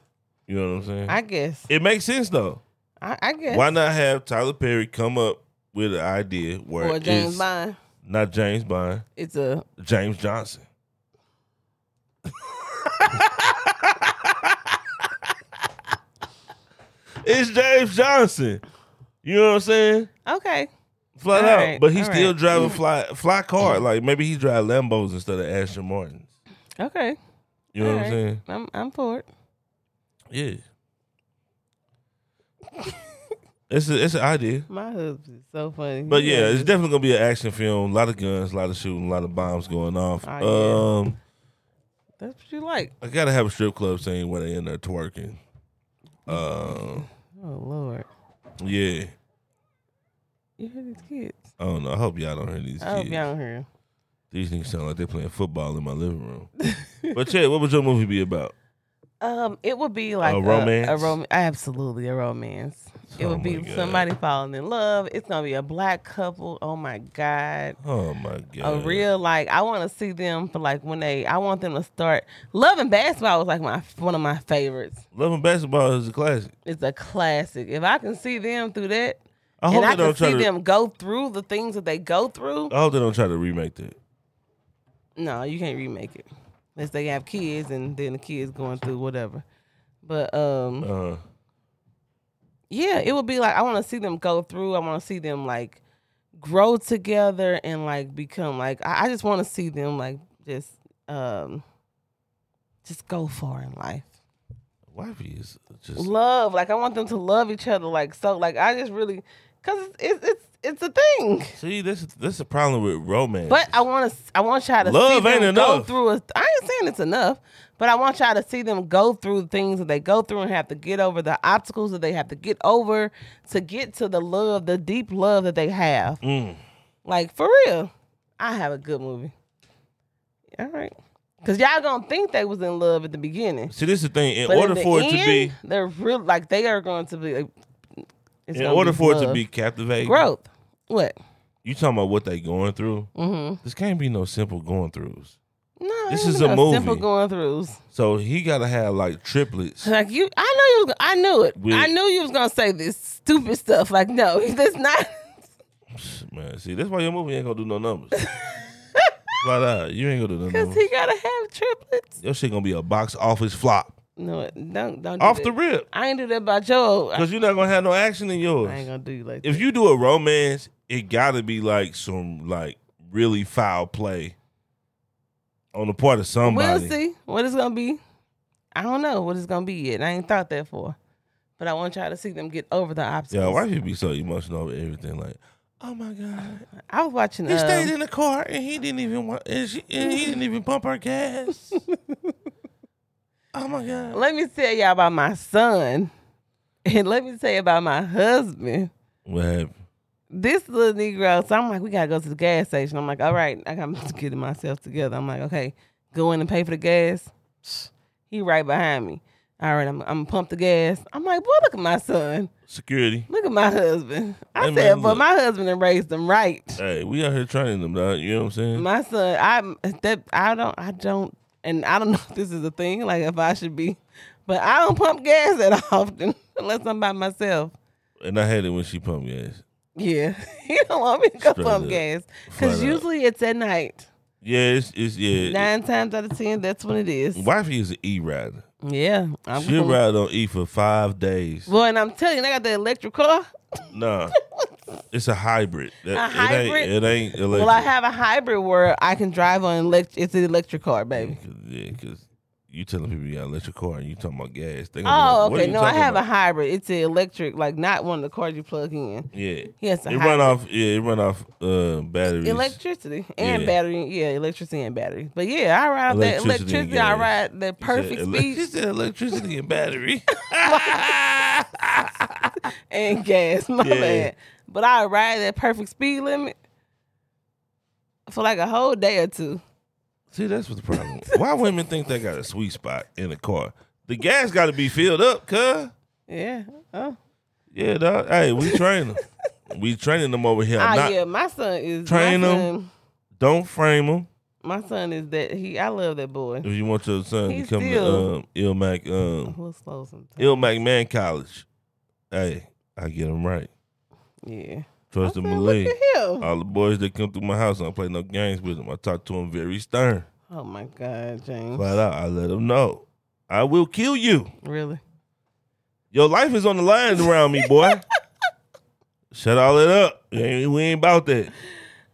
[SPEAKER 1] You know what I'm saying?
[SPEAKER 2] I guess.
[SPEAKER 1] it makes sense though.
[SPEAKER 2] I, I guess.
[SPEAKER 1] Why not have Tyler Perry come up with an idea where
[SPEAKER 2] Or James
[SPEAKER 1] it's
[SPEAKER 2] Bond.
[SPEAKER 1] not James Bond,
[SPEAKER 2] It's a
[SPEAKER 1] James Johnson? it's James Johnson. You know what I'm saying?
[SPEAKER 2] okay.
[SPEAKER 1] Flat
[SPEAKER 2] All
[SPEAKER 1] out.
[SPEAKER 2] right,
[SPEAKER 1] But he's
[SPEAKER 2] all
[SPEAKER 1] still
[SPEAKER 2] right.
[SPEAKER 1] driving fly fly car. Like maybe he drive Lambos instead of Aston Martins.
[SPEAKER 2] Okay.
[SPEAKER 1] You know
[SPEAKER 2] All
[SPEAKER 1] what I'm
[SPEAKER 2] right.
[SPEAKER 1] saying?
[SPEAKER 2] I'm I'm for it.
[SPEAKER 1] Yeah. it's a, it's an idea.
[SPEAKER 2] My husband is so funny.
[SPEAKER 1] But yeah, it's definitely gonna be an action film. A lot of guns, a lot of shooting, a lot of bombs going off.
[SPEAKER 2] Oh,
[SPEAKER 1] um,
[SPEAKER 2] that's what you like.
[SPEAKER 1] I gotta have a strip club scene where they in there twerking. Uh,
[SPEAKER 2] Oh Lord.
[SPEAKER 1] yeah.
[SPEAKER 2] You hear these kids?
[SPEAKER 1] I don't know. I hope y'all don't hear these
[SPEAKER 2] I hope
[SPEAKER 1] kids.
[SPEAKER 2] y'all don't hear.
[SPEAKER 1] These niggas sound like they're playing football in my living room. but yeah, what would your movie be about?
[SPEAKER 2] Um, it would be like
[SPEAKER 1] romance?
[SPEAKER 2] A, rom- absolutely a romance. It
[SPEAKER 1] Oh
[SPEAKER 2] would be
[SPEAKER 1] my God.
[SPEAKER 2] somebody falling in love. It's gonna be a black couple. Oh my god.
[SPEAKER 1] Oh my
[SPEAKER 2] A
[SPEAKER 1] god.
[SPEAKER 2] real like I want to see them for like when they I want them to start loving basketball was like my one of my favorites.
[SPEAKER 1] Love and Basketball is a classic.
[SPEAKER 2] It's a classic. If I can see them through that,
[SPEAKER 1] I hope
[SPEAKER 2] and
[SPEAKER 1] they
[SPEAKER 2] I can
[SPEAKER 1] don't try
[SPEAKER 2] see
[SPEAKER 1] to.
[SPEAKER 2] them go through the things that they go through.
[SPEAKER 1] I hope they don't try to remake that.
[SPEAKER 2] No, you can't remake it unless they have kids and then the kids going through whatever. But um,
[SPEAKER 1] Uh,
[SPEAKER 2] yeah, it would be like I want to see them go through. I want to see them like grow together and like become like I, I just want to see them like just um just go far in life.
[SPEAKER 1] wifey is just.
[SPEAKER 2] Love, like I want them to love each other, like so. Like I just really, cause it's it's it's, it's a thing.
[SPEAKER 1] See, this is this is a problem with romance.
[SPEAKER 2] But I want to, I want y'all to see
[SPEAKER 1] Love
[SPEAKER 2] them
[SPEAKER 1] ain't
[SPEAKER 2] go
[SPEAKER 1] enough.
[SPEAKER 2] through. A, I ain't saying it's enough, but I want y'all to see them go through things that they go through and have to get over the obstacles that they have to get over to get to the love, the deep love that they have.
[SPEAKER 1] Mm.
[SPEAKER 2] Like for real, I have a good movie. All right, cause y'all gonna think they was in love at the beginning.
[SPEAKER 1] See, this is the thing. In
[SPEAKER 2] But
[SPEAKER 1] order
[SPEAKER 2] in the
[SPEAKER 1] for it to be,
[SPEAKER 2] end, they're real. Like they are going to be. Like, it's
[SPEAKER 1] in
[SPEAKER 2] gonna
[SPEAKER 1] order
[SPEAKER 2] be
[SPEAKER 1] for it to
[SPEAKER 2] love.
[SPEAKER 1] be captivating,
[SPEAKER 2] growth, what?
[SPEAKER 1] you talking about what they going through?
[SPEAKER 2] Mm-hmm.
[SPEAKER 1] This can't be no simple going throughs.
[SPEAKER 2] No,
[SPEAKER 1] This
[SPEAKER 2] it
[SPEAKER 1] is
[SPEAKER 2] ain't
[SPEAKER 1] a
[SPEAKER 2] no Simple
[SPEAKER 1] movie.
[SPEAKER 2] going throughs.
[SPEAKER 1] So he gotta have like triplets.
[SPEAKER 2] Like you, I know you. Was, I knew it.
[SPEAKER 1] With-
[SPEAKER 2] I knew you was gonna say this stupid stuff. Like no, that's not.
[SPEAKER 1] Man, see, that's why your movie ain't gonna do no numbers. Flat out, you ain't gonna do no
[SPEAKER 2] Cause
[SPEAKER 1] numbers.
[SPEAKER 2] he gotta have triplets.
[SPEAKER 1] Your shit gonna be a box office flop
[SPEAKER 2] No, don't don't. Do
[SPEAKER 1] off
[SPEAKER 2] that.
[SPEAKER 1] the rip
[SPEAKER 2] I ain't do that about Joe. I,
[SPEAKER 1] because you're not gonna have no action in yours.
[SPEAKER 2] I ain't gonna do you like
[SPEAKER 1] if
[SPEAKER 2] that.
[SPEAKER 1] you do a romance, it gotta be like some like really foul play on the part of somebody.
[SPEAKER 2] We'll see what it's gonna be. I don't know what it's gonna be yet. I ain't thought that for. But I want y'all to see them get over the
[SPEAKER 1] Yeah,
[SPEAKER 2] obstacles.
[SPEAKER 1] why people be so emotional over everything? Like, oh my god,
[SPEAKER 2] I was watching.
[SPEAKER 1] he
[SPEAKER 2] um,
[SPEAKER 1] stayed in the car and he didn't even want, and, she, and he didn't even pump her gas. oh my god,
[SPEAKER 2] let me tell y'all about my son, and let me tell you about my husband.
[SPEAKER 1] what happened?
[SPEAKER 2] this little Negro, so I'm like, we gotta go to the gas station. I'm like, all right, I got to getting myself together. I'm like, okay, go in and pay for the gas. He right behind me. All right, I'm I'm pump the gas. I'm like, boy, look at my son.
[SPEAKER 1] Security.
[SPEAKER 2] Look at my husband. I
[SPEAKER 1] Hey, man,
[SPEAKER 2] said, but
[SPEAKER 1] look.
[SPEAKER 2] my husband done raised him right.
[SPEAKER 1] Hey, we out here training them, dog. You know what I'm saying?
[SPEAKER 2] My son, I that I don't I don't and I don't know if this is a thing, like if I should be, but I don't pump gas that often unless I'm by myself.
[SPEAKER 1] and I had it when she pumped gas.
[SPEAKER 2] Yeah, he don't want me to go
[SPEAKER 1] Straight
[SPEAKER 2] pump
[SPEAKER 1] up.
[SPEAKER 2] gas
[SPEAKER 1] Flat
[SPEAKER 2] because
[SPEAKER 1] out.
[SPEAKER 2] usually it's at night.
[SPEAKER 1] Yeah, it's, it's yeah.
[SPEAKER 2] Nine times out of ten, that's when it is.
[SPEAKER 1] Wifey is an E rider.
[SPEAKER 2] Yeah, I'm
[SPEAKER 1] She'll
[SPEAKER 2] cool.
[SPEAKER 1] ride on E for five days.
[SPEAKER 2] Boy, and I'm telling you, they got the electric car.
[SPEAKER 1] Nah, it's a hybrid. That- it ain't-
[SPEAKER 2] hybrid?
[SPEAKER 1] It ain't, electric.
[SPEAKER 2] Well, I have a hybrid where I can drive on electric. It's an electric car, baby.
[SPEAKER 1] Cause, yeah, because you telling people you got an electric car and you talking about gas. They gonna be
[SPEAKER 2] Oh,
[SPEAKER 1] like, what are
[SPEAKER 2] okay.
[SPEAKER 1] you
[SPEAKER 2] No, I
[SPEAKER 1] talking
[SPEAKER 2] have a
[SPEAKER 1] about?
[SPEAKER 2] hybrid. It's an electric, like not one of the cars you plug in.
[SPEAKER 1] Yeah,
[SPEAKER 2] Yes, a
[SPEAKER 1] it
[SPEAKER 2] hybrid.
[SPEAKER 1] run off. Yeah, it run off uh, batteries.
[SPEAKER 2] Electricity and
[SPEAKER 1] Yeah.
[SPEAKER 2] battery, yeah, electricity and battery. But yeah, I ride that
[SPEAKER 1] Electricity and
[SPEAKER 2] electricity. I
[SPEAKER 1] gas.
[SPEAKER 2] ride
[SPEAKER 1] She
[SPEAKER 2] that
[SPEAKER 1] said
[SPEAKER 2] perfect
[SPEAKER 1] ele- She
[SPEAKER 2] speed
[SPEAKER 1] said electricity and battery.
[SPEAKER 2] and gas. My
[SPEAKER 1] Yeah.
[SPEAKER 2] bad. But I ride that perfect speed limit for like a whole day or two.
[SPEAKER 1] See, that's what the problem. Why women think they got a sweet spot in a car? The gas got to be filled up, cuz.
[SPEAKER 2] Yeah. Oh.
[SPEAKER 1] Yeah, dog. Hey, we train them. we training them over here.
[SPEAKER 2] Ah,
[SPEAKER 1] Not-
[SPEAKER 2] yeah. My son is
[SPEAKER 1] Train 'em.
[SPEAKER 2] my son,
[SPEAKER 1] Don't frame them.
[SPEAKER 2] my son is that he. I love that boy.
[SPEAKER 1] If you want your son
[SPEAKER 2] He's
[SPEAKER 1] to come
[SPEAKER 2] still-
[SPEAKER 1] to um, Ilmac, um,
[SPEAKER 2] We'll slow sometimes.
[SPEAKER 1] Ilmac Man College, hey, I get them right.
[SPEAKER 2] Yeah.
[SPEAKER 1] Trust them
[SPEAKER 2] Man,
[SPEAKER 1] and
[SPEAKER 2] look
[SPEAKER 1] believe.
[SPEAKER 2] at him.
[SPEAKER 1] All the boys that come through my house, I don't play no games with them. I talk to them very stern.
[SPEAKER 2] Oh my God, James.
[SPEAKER 1] Flat out, I let them know. I will kill you.
[SPEAKER 2] Really?
[SPEAKER 1] Your life is on the line around me, boy. Shut all that up. We ain't, we ain't about that.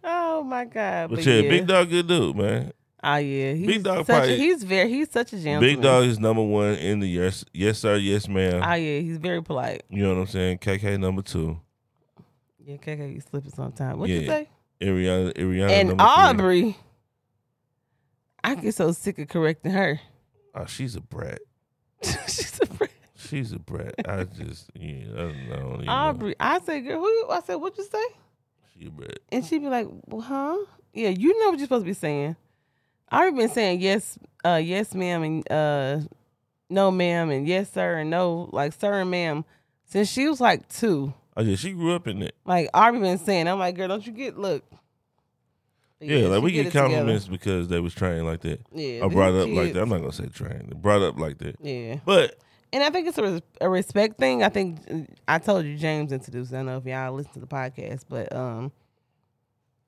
[SPEAKER 2] Oh my God.
[SPEAKER 1] But,
[SPEAKER 2] But,
[SPEAKER 1] yeah,
[SPEAKER 2] yeah,
[SPEAKER 1] Big Dog good dude, man.
[SPEAKER 2] Oh yeah. He's
[SPEAKER 1] Big Dog
[SPEAKER 2] such
[SPEAKER 1] probably-
[SPEAKER 2] a, he's very he's such a gentleman.
[SPEAKER 1] Big Dog is number one in the yes, yes sir, yes ma'am.
[SPEAKER 2] Oh yeah, he's very polite.
[SPEAKER 1] you know what I'm saying? KK number two.
[SPEAKER 2] Yeah, KK, you slipping sometime. What'd you
[SPEAKER 1] Yeah.
[SPEAKER 2] say?
[SPEAKER 1] Ariana, Ariana
[SPEAKER 2] And
[SPEAKER 1] number three.
[SPEAKER 2] Aubrey. I get so sick of correcting her.
[SPEAKER 1] Oh, she's a brat.
[SPEAKER 2] She's a friend.
[SPEAKER 1] She's a brat. I just, yeah, I don't know. I don't even know.
[SPEAKER 2] Aubrey. I said, girl, who you? I said, what you say?
[SPEAKER 1] She a brat.
[SPEAKER 2] And she'd be like, well, huh? Yeah, you know what you're supposed to be saying. I already been saying yes, uh, yes, ma'am, and uh, no, ma'am, and yes, sir, and no, like sir and ma'am, since she was like two.
[SPEAKER 1] Oh, yeah, she grew up in it.
[SPEAKER 2] Like I already been saying, I'm like, girl, don't you get look? But
[SPEAKER 1] Yeah, like
[SPEAKER 2] she
[SPEAKER 1] we get,
[SPEAKER 2] it together.
[SPEAKER 1] compliments because they was trained like that.
[SPEAKER 2] Yeah,
[SPEAKER 1] I brought
[SPEAKER 2] these
[SPEAKER 1] up like
[SPEAKER 2] kids-
[SPEAKER 1] that. I'm not gonna say trained. Brought up like that.
[SPEAKER 2] Yeah,
[SPEAKER 1] But
[SPEAKER 2] and I think it's a, res- a respect thing. I think I told you James introduced. it. I don't know if y'all listen to the podcast, but um,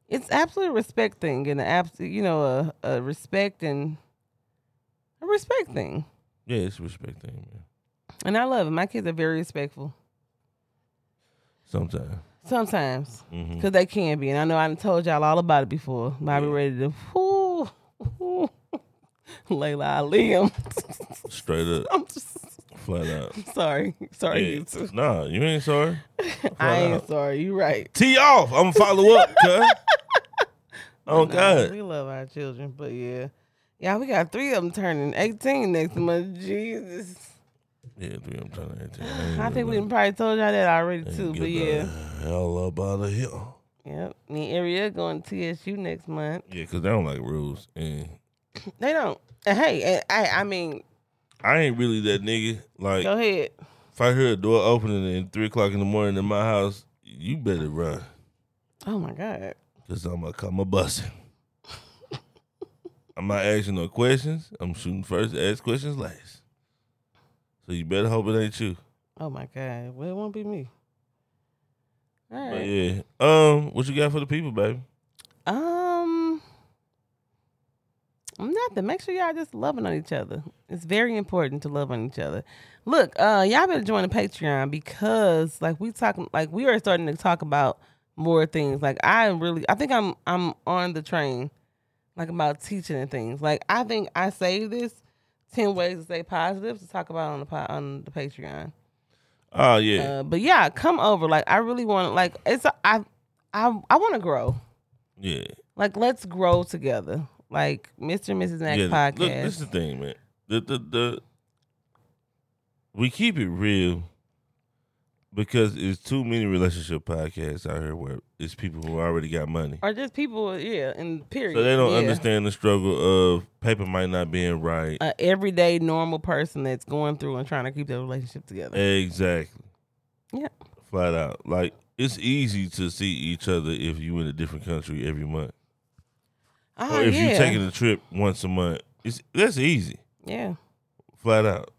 [SPEAKER 2] it's absolutely a respect thing and an absolute, you know, a, a respect and a respect thing.
[SPEAKER 1] yeah, it's respect thing, man.
[SPEAKER 2] And I love it. My kids are very respectful
[SPEAKER 1] Sometimes.
[SPEAKER 2] sometimes
[SPEAKER 1] hmm
[SPEAKER 2] because they can be. And I know I done told y'all all about it before. But I be
[SPEAKER 1] Yeah.
[SPEAKER 2] ready to whoo, whoo, Layla Ali. I'm,
[SPEAKER 1] Straight up,
[SPEAKER 2] I'm just
[SPEAKER 1] flat out.
[SPEAKER 2] sorry, sorry you
[SPEAKER 1] Yeah.
[SPEAKER 2] too.
[SPEAKER 1] Nah, you ain't sorry.
[SPEAKER 2] I ain't
[SPEAKER 1] out.
[SPEAKER 2] sorry. You right.
[SPEAKER 1] Tee off. I'm gonna follow up, cuz. Oh
[SPEAKER 2] No,
[SPEAKER 1] God.
[SPEAKER 2] We love our children, but yeah. Yeah, we got three of them turning 18 next month. Jesus.
[SPEAKER 1] Yeah, three. I'm trying to. eighteen.
[SPEAKER 2] I think we
[SPEAKER 1] ain't
[SPEAKER 2] done probably told y'all that already,
[SPEAKER 1] gonna-
[SPEAKER 2] too.
[SPEAKER 1] ain't
[SPEAKER 2] But
[SPEAKER 1] get
[SPEAKER 2] yeah.
[SPEAKER 1] the Hell up out of here.
[SPEAKER 2] Yep. Me and Ariel going to TSU next month.
[SPEAKER 1] Yeah, cause they don't like rules, and
[SPEAKER 2] They don't. and Hey, and I, I mean,
[SPEAKER 1] I ain't really that nigga. Like,
[SPEAKER 2] go ahead.
[SPEAKER 1] if I hear a door opening at three o'clock in the morning in my house, you better run.
[SPEAKER 2] Oh, my God.
[SPEAKER 1] Cause I'm gonna come a busting. I'm not asking no questions. I'm shooting first, ask questions last. So you better hope it ain't you.
[SPEAKER 2] Oh, my God. Well, it won't be me. All
[SPEAKER 1] But
[SPEAKER 2] right.
[SPEAKER 1] yeah. Um, what you got for the people, baby?
[SPEAKER 2] Um, nothing. Make sure y'all just loving on each other. It's very important to love on each other. Look, uh, y'all better join the Patreon because like we talking, like we are starting to talk about more things. Like I am really, I think I'm, I'm on the train, like about teaching and things. Like I think I saved this ten ways to stay positive to talk about on the po- on the Patreon.
[SPEAKER 1] Oh yeah.
[SPEAKER 2] Uh, but yeah, come over. Like I really want, to like it's, a, I, I, I want to grow
[SPEAKER 1] yeah.
[SPEAKER 2] like let's grow together like mr and mrs mac
[SPEAKER 1] yeah.
[SPEAKER 2] podcast
[SPEAKER 1] Look, this is the thing, man. The the the we keep it real because it's too many relationship podcasts out here where it's people who already got money.
[SPEAKER 2] or just people yeah and period
[SPEAKER 1] So they don't
[SPEAKER 2] yeah.
[SPEAKER 1] understand the struggle of paper might not being right.
[SPEAKER 2] a everyday normal person that's going through and trying to keep their relationship together
[SPEAKER 1] Exactly.
[SPEAKER 2] Yeah.
[SPEAKER 1] Flat out. Like it's easy to see each other if you in a different country every month.
[SPEAKER 2] oh
[SPEAKER 1] or if
[SPEAKER 2] yeah
[SPEAKER 1] you taking a trip once a month. It's that's easy.
[SPEAKER 2] yeah
[SPEAKER 1] Flat out.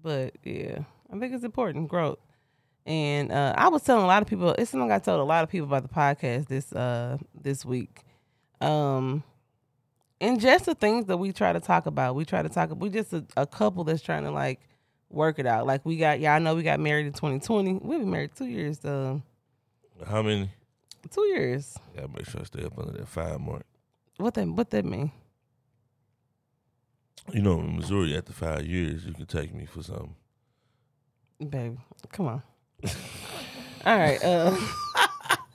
[SPEAKER 2] but yeah i think it's important growth And uh, I was telling a lot of people. It's something I told a lot of people about the podcast this uh this week. Um, and just the things that we try to talk about. We try to talk. We just a, a couple that's trying to like work it out. Like we got y'all know we got married in 2020. We've been married two years. Uh,
[SPEAKER 1] How many?
[SPEAKER 2] two years.
[SPEAKER 1] Gotta make sure I stay up under that five mark.
[SPEAKER 2] What that what that mean?
[SPEAKER 1] You know, in Missouri, after five years, you can take me for something.
[SPEAKER 2] Baby, come on. All right. Uh,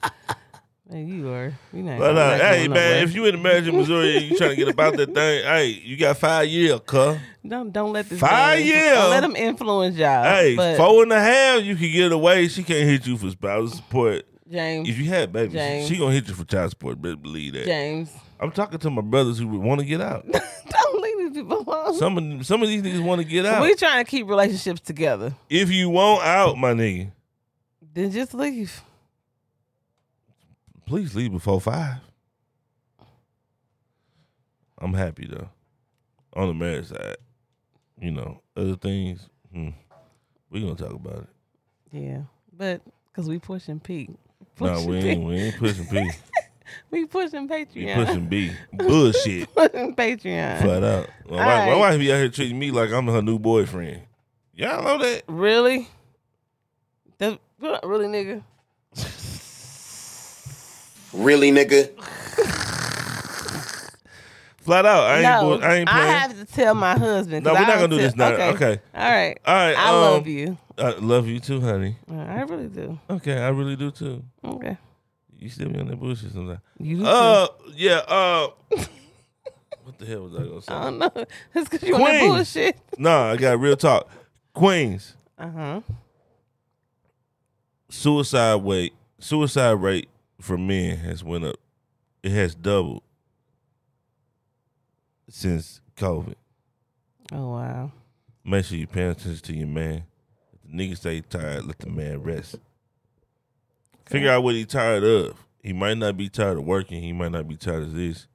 [SPEAKER 2] man, you are. You know.
[SPEAKER 1] But
[SPEAKER 2] you're
[SPEAKER 1] uh,
[SPEAKER 2] not
[SPEAKER 1] hey,
[SPEAKER 2] going
[SPEAKER 1] man,
[SPEAKER 2] nowhere.
[SPEAKER 1] if you in the marriage in Missouri and you trying to get about that thing, hey, you got five years,
[SPEAKER 2] Uh,
[SPEAKER 1] cuh.
[SPEAKER 2] don't don't let this
[SPEAKER 1] Five
[SPEAKER 2] man-
[SPEAKER 1] years.
[SPEAKER 2] Don't let him influence y'all.
[SPEAKER 1] Hey,
[SPEAKER 2] but
[SPEAKER 1] four and a half, you can get it away. She can't hit you for spousal support. If
[SPEAKER 2] James,
[SPEAKER 1] you had babies,
[SPEAKER 2] James.
[SPEAKER 1] she gonna hit you for child support. Better believe that.
[SPEAKER 2] James,
[SPEAKER 1] I'm talking to my brothers who would want to get out.
[SPEAKER 2] don't leave these people alone.
[SPEAKER 1] Some of them- some of these niggas want to get out.
[SPEAKER 2] we trying to keep relationships together.
[SPEAKER 1] if you want out, my nigga,
[SPEAKER 2] Then just leave.
[SPEAKER 1] please leave before five. I'm happy though. On the marriage side, you know, other things hmm, we gonna talk about it.
[SPEAKER 2] Yeah, but because we pushing Pete.
[SPEAKER 1] No,
[SPEAKER 2] Pushing
[SPEAKER 1] we ain't, we ain't pushing P.
[SPEAKER 2] We pushing
[SPEAKER 1] We
[SPEAKER 2] Patreon.
[SPEAKER 1] pushing B. Bullshit.
[SPEAKER 2] pushing Patreon.
[SPEAKER 1] Flat out. My, wife, my
[SPEAKER 2] right.
[SPEAKER 1] wife be out here treating me like I'm her new boyfriend. Y'all know that?
[SPEAKER 2] Really? That really, nigga.
[SPEAKER 5] Really, nigga?
[SPEAKER 1] Flat out. I ain't,
[SPEAKER 2] no,
[SPEAKER 1] bull- I ain't playing.
[SPEAKER 2] have to tell my husband.
[SPEAKER 1] No,
[SPEAKER 2] 'cause
[SPEAKER 1] we're
[SPEAKER 2] I
[SPEAKER 1] not gonna
[SPEAKER 2] don't
[SPEAKER 1] do this
[SPEAKER 2] tell-
[SPEAKER 1] now. Okay.
[SPEAKER 2] All right.
[SPEAKER 1] All right.
[SPEAKER 2] I
[SPEAKER 1] um,
[SPEAKER 2] love you.
[SPEAKER 1] I love you too, honey.
[SPEAKER 2] I really do.
[SPEAKER 1] Okay, I really do too.
[SPEAKER 2] Okay.
[SPEAKER 1] You still be on that bullshit sometimes.
[SPEAKER 2] You do
[SPEAKER 1] Uh, yeah. Uh, what the hell was I gonna
[SPEAKER 2] too. I
[SPEAKER 1] say?
[SPEAKER 2] don't know. Oh, That's because you on that
[SPEAKER 1] Queens.
[SPEAKER 2] bullshit.
[SPEAKER 1] Nah, I got real talk. Queens
[SPEAKER 2] Uh
[SPEAKER 1] Uh-huh.
[SPEAKER 2] huh.
[SPEAKER 1] suicide rate suicide rate for men has went up. It has doubled since COVID.
[SPEAKER 2] Oh wow.
[SPEAKER 1] Make sure you pay attention to your man. If the nigga say he tired, let the man rest. Figure out what he tired of. He might not be tired of working. He might not be tired of this.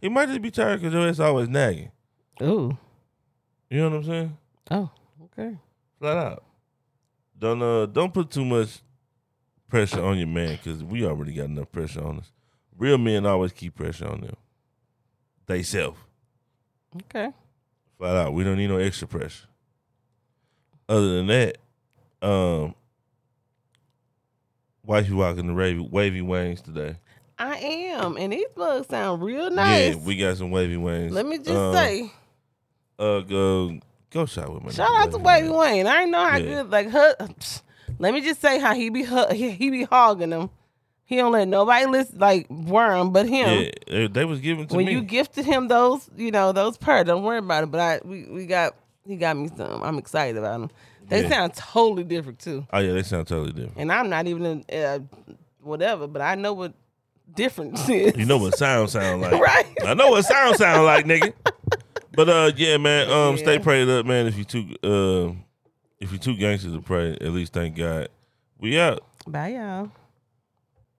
[SPEAKER 1] He might just be tired because your ass always nagging.
[SPEAKER 2] Ooh.
[SPEAKER 1] You know what I'm saying?
[SPEAKER 2] Oh. Okay.
[SPEAKER 1] Flat out. Don't uh, don't put too much pressure on your man because we already got enough pressure on us. Real men always keep pressure on them. They self.
[SPEAKER 2] Okay.
[SPEAKER 1] Flat out. We don't need no extra pressure. Other than that, um, wifey walking the wavy, wavy wings today.
[SPEAKER 2] I am, and these bugs sound real nice.
[SPEAKER 1] Yeah, we got some wavy wings.
[SPEAKER 2] Let me just
[SPEAKER 1] Um,
[SPEAKER 2] say,
[SPEAKER 1] uh, go go shot with my
[SPEAKER 2] shout
[SPEAKER 1] nigga
[SPEAKER 2] out to Wavy
[SPEAKER 1] Wayne.
[SPEAKER 2] Wayne. I ain't know how
[SPEAKER 1] Yeah.
[SPEAKER 2] good like her. Let me just say how he be hu- he, he be hogging them. He don't let nobody listen like worm but him.
[SPEAKER 1] Yeah, they, they was giving to
[SPEAKER 2] when
[SPEAKER 1] me.
[SPEAKER 2] you gifted him those, you know, those purrs, don't worry about it. But I, we, we got, he got me some. I'm excited about them. They
[SPEAKER 1] Yeah.
[SPEAKER 2] sound totally different too,
[SPEAKER 1] oh yeah, they sound totally different.
[SPEAKER 2] and I'm not even in uh, whatever, but I know what difference is.
[SPEAKER 1] You know what sound sound like,
[SPEAKER 2] Right.
[SPEAKER 1] I know what sound sound like, nigga. But uh, yeah, man. Um,
[SPEAKER 2] Yeah.
[SPEAKER 1] stay prayed up, man. If you two, uh, if you two gangsters to pray, at least thank God. We out.
[SPEAKER 2] Bye, y'all.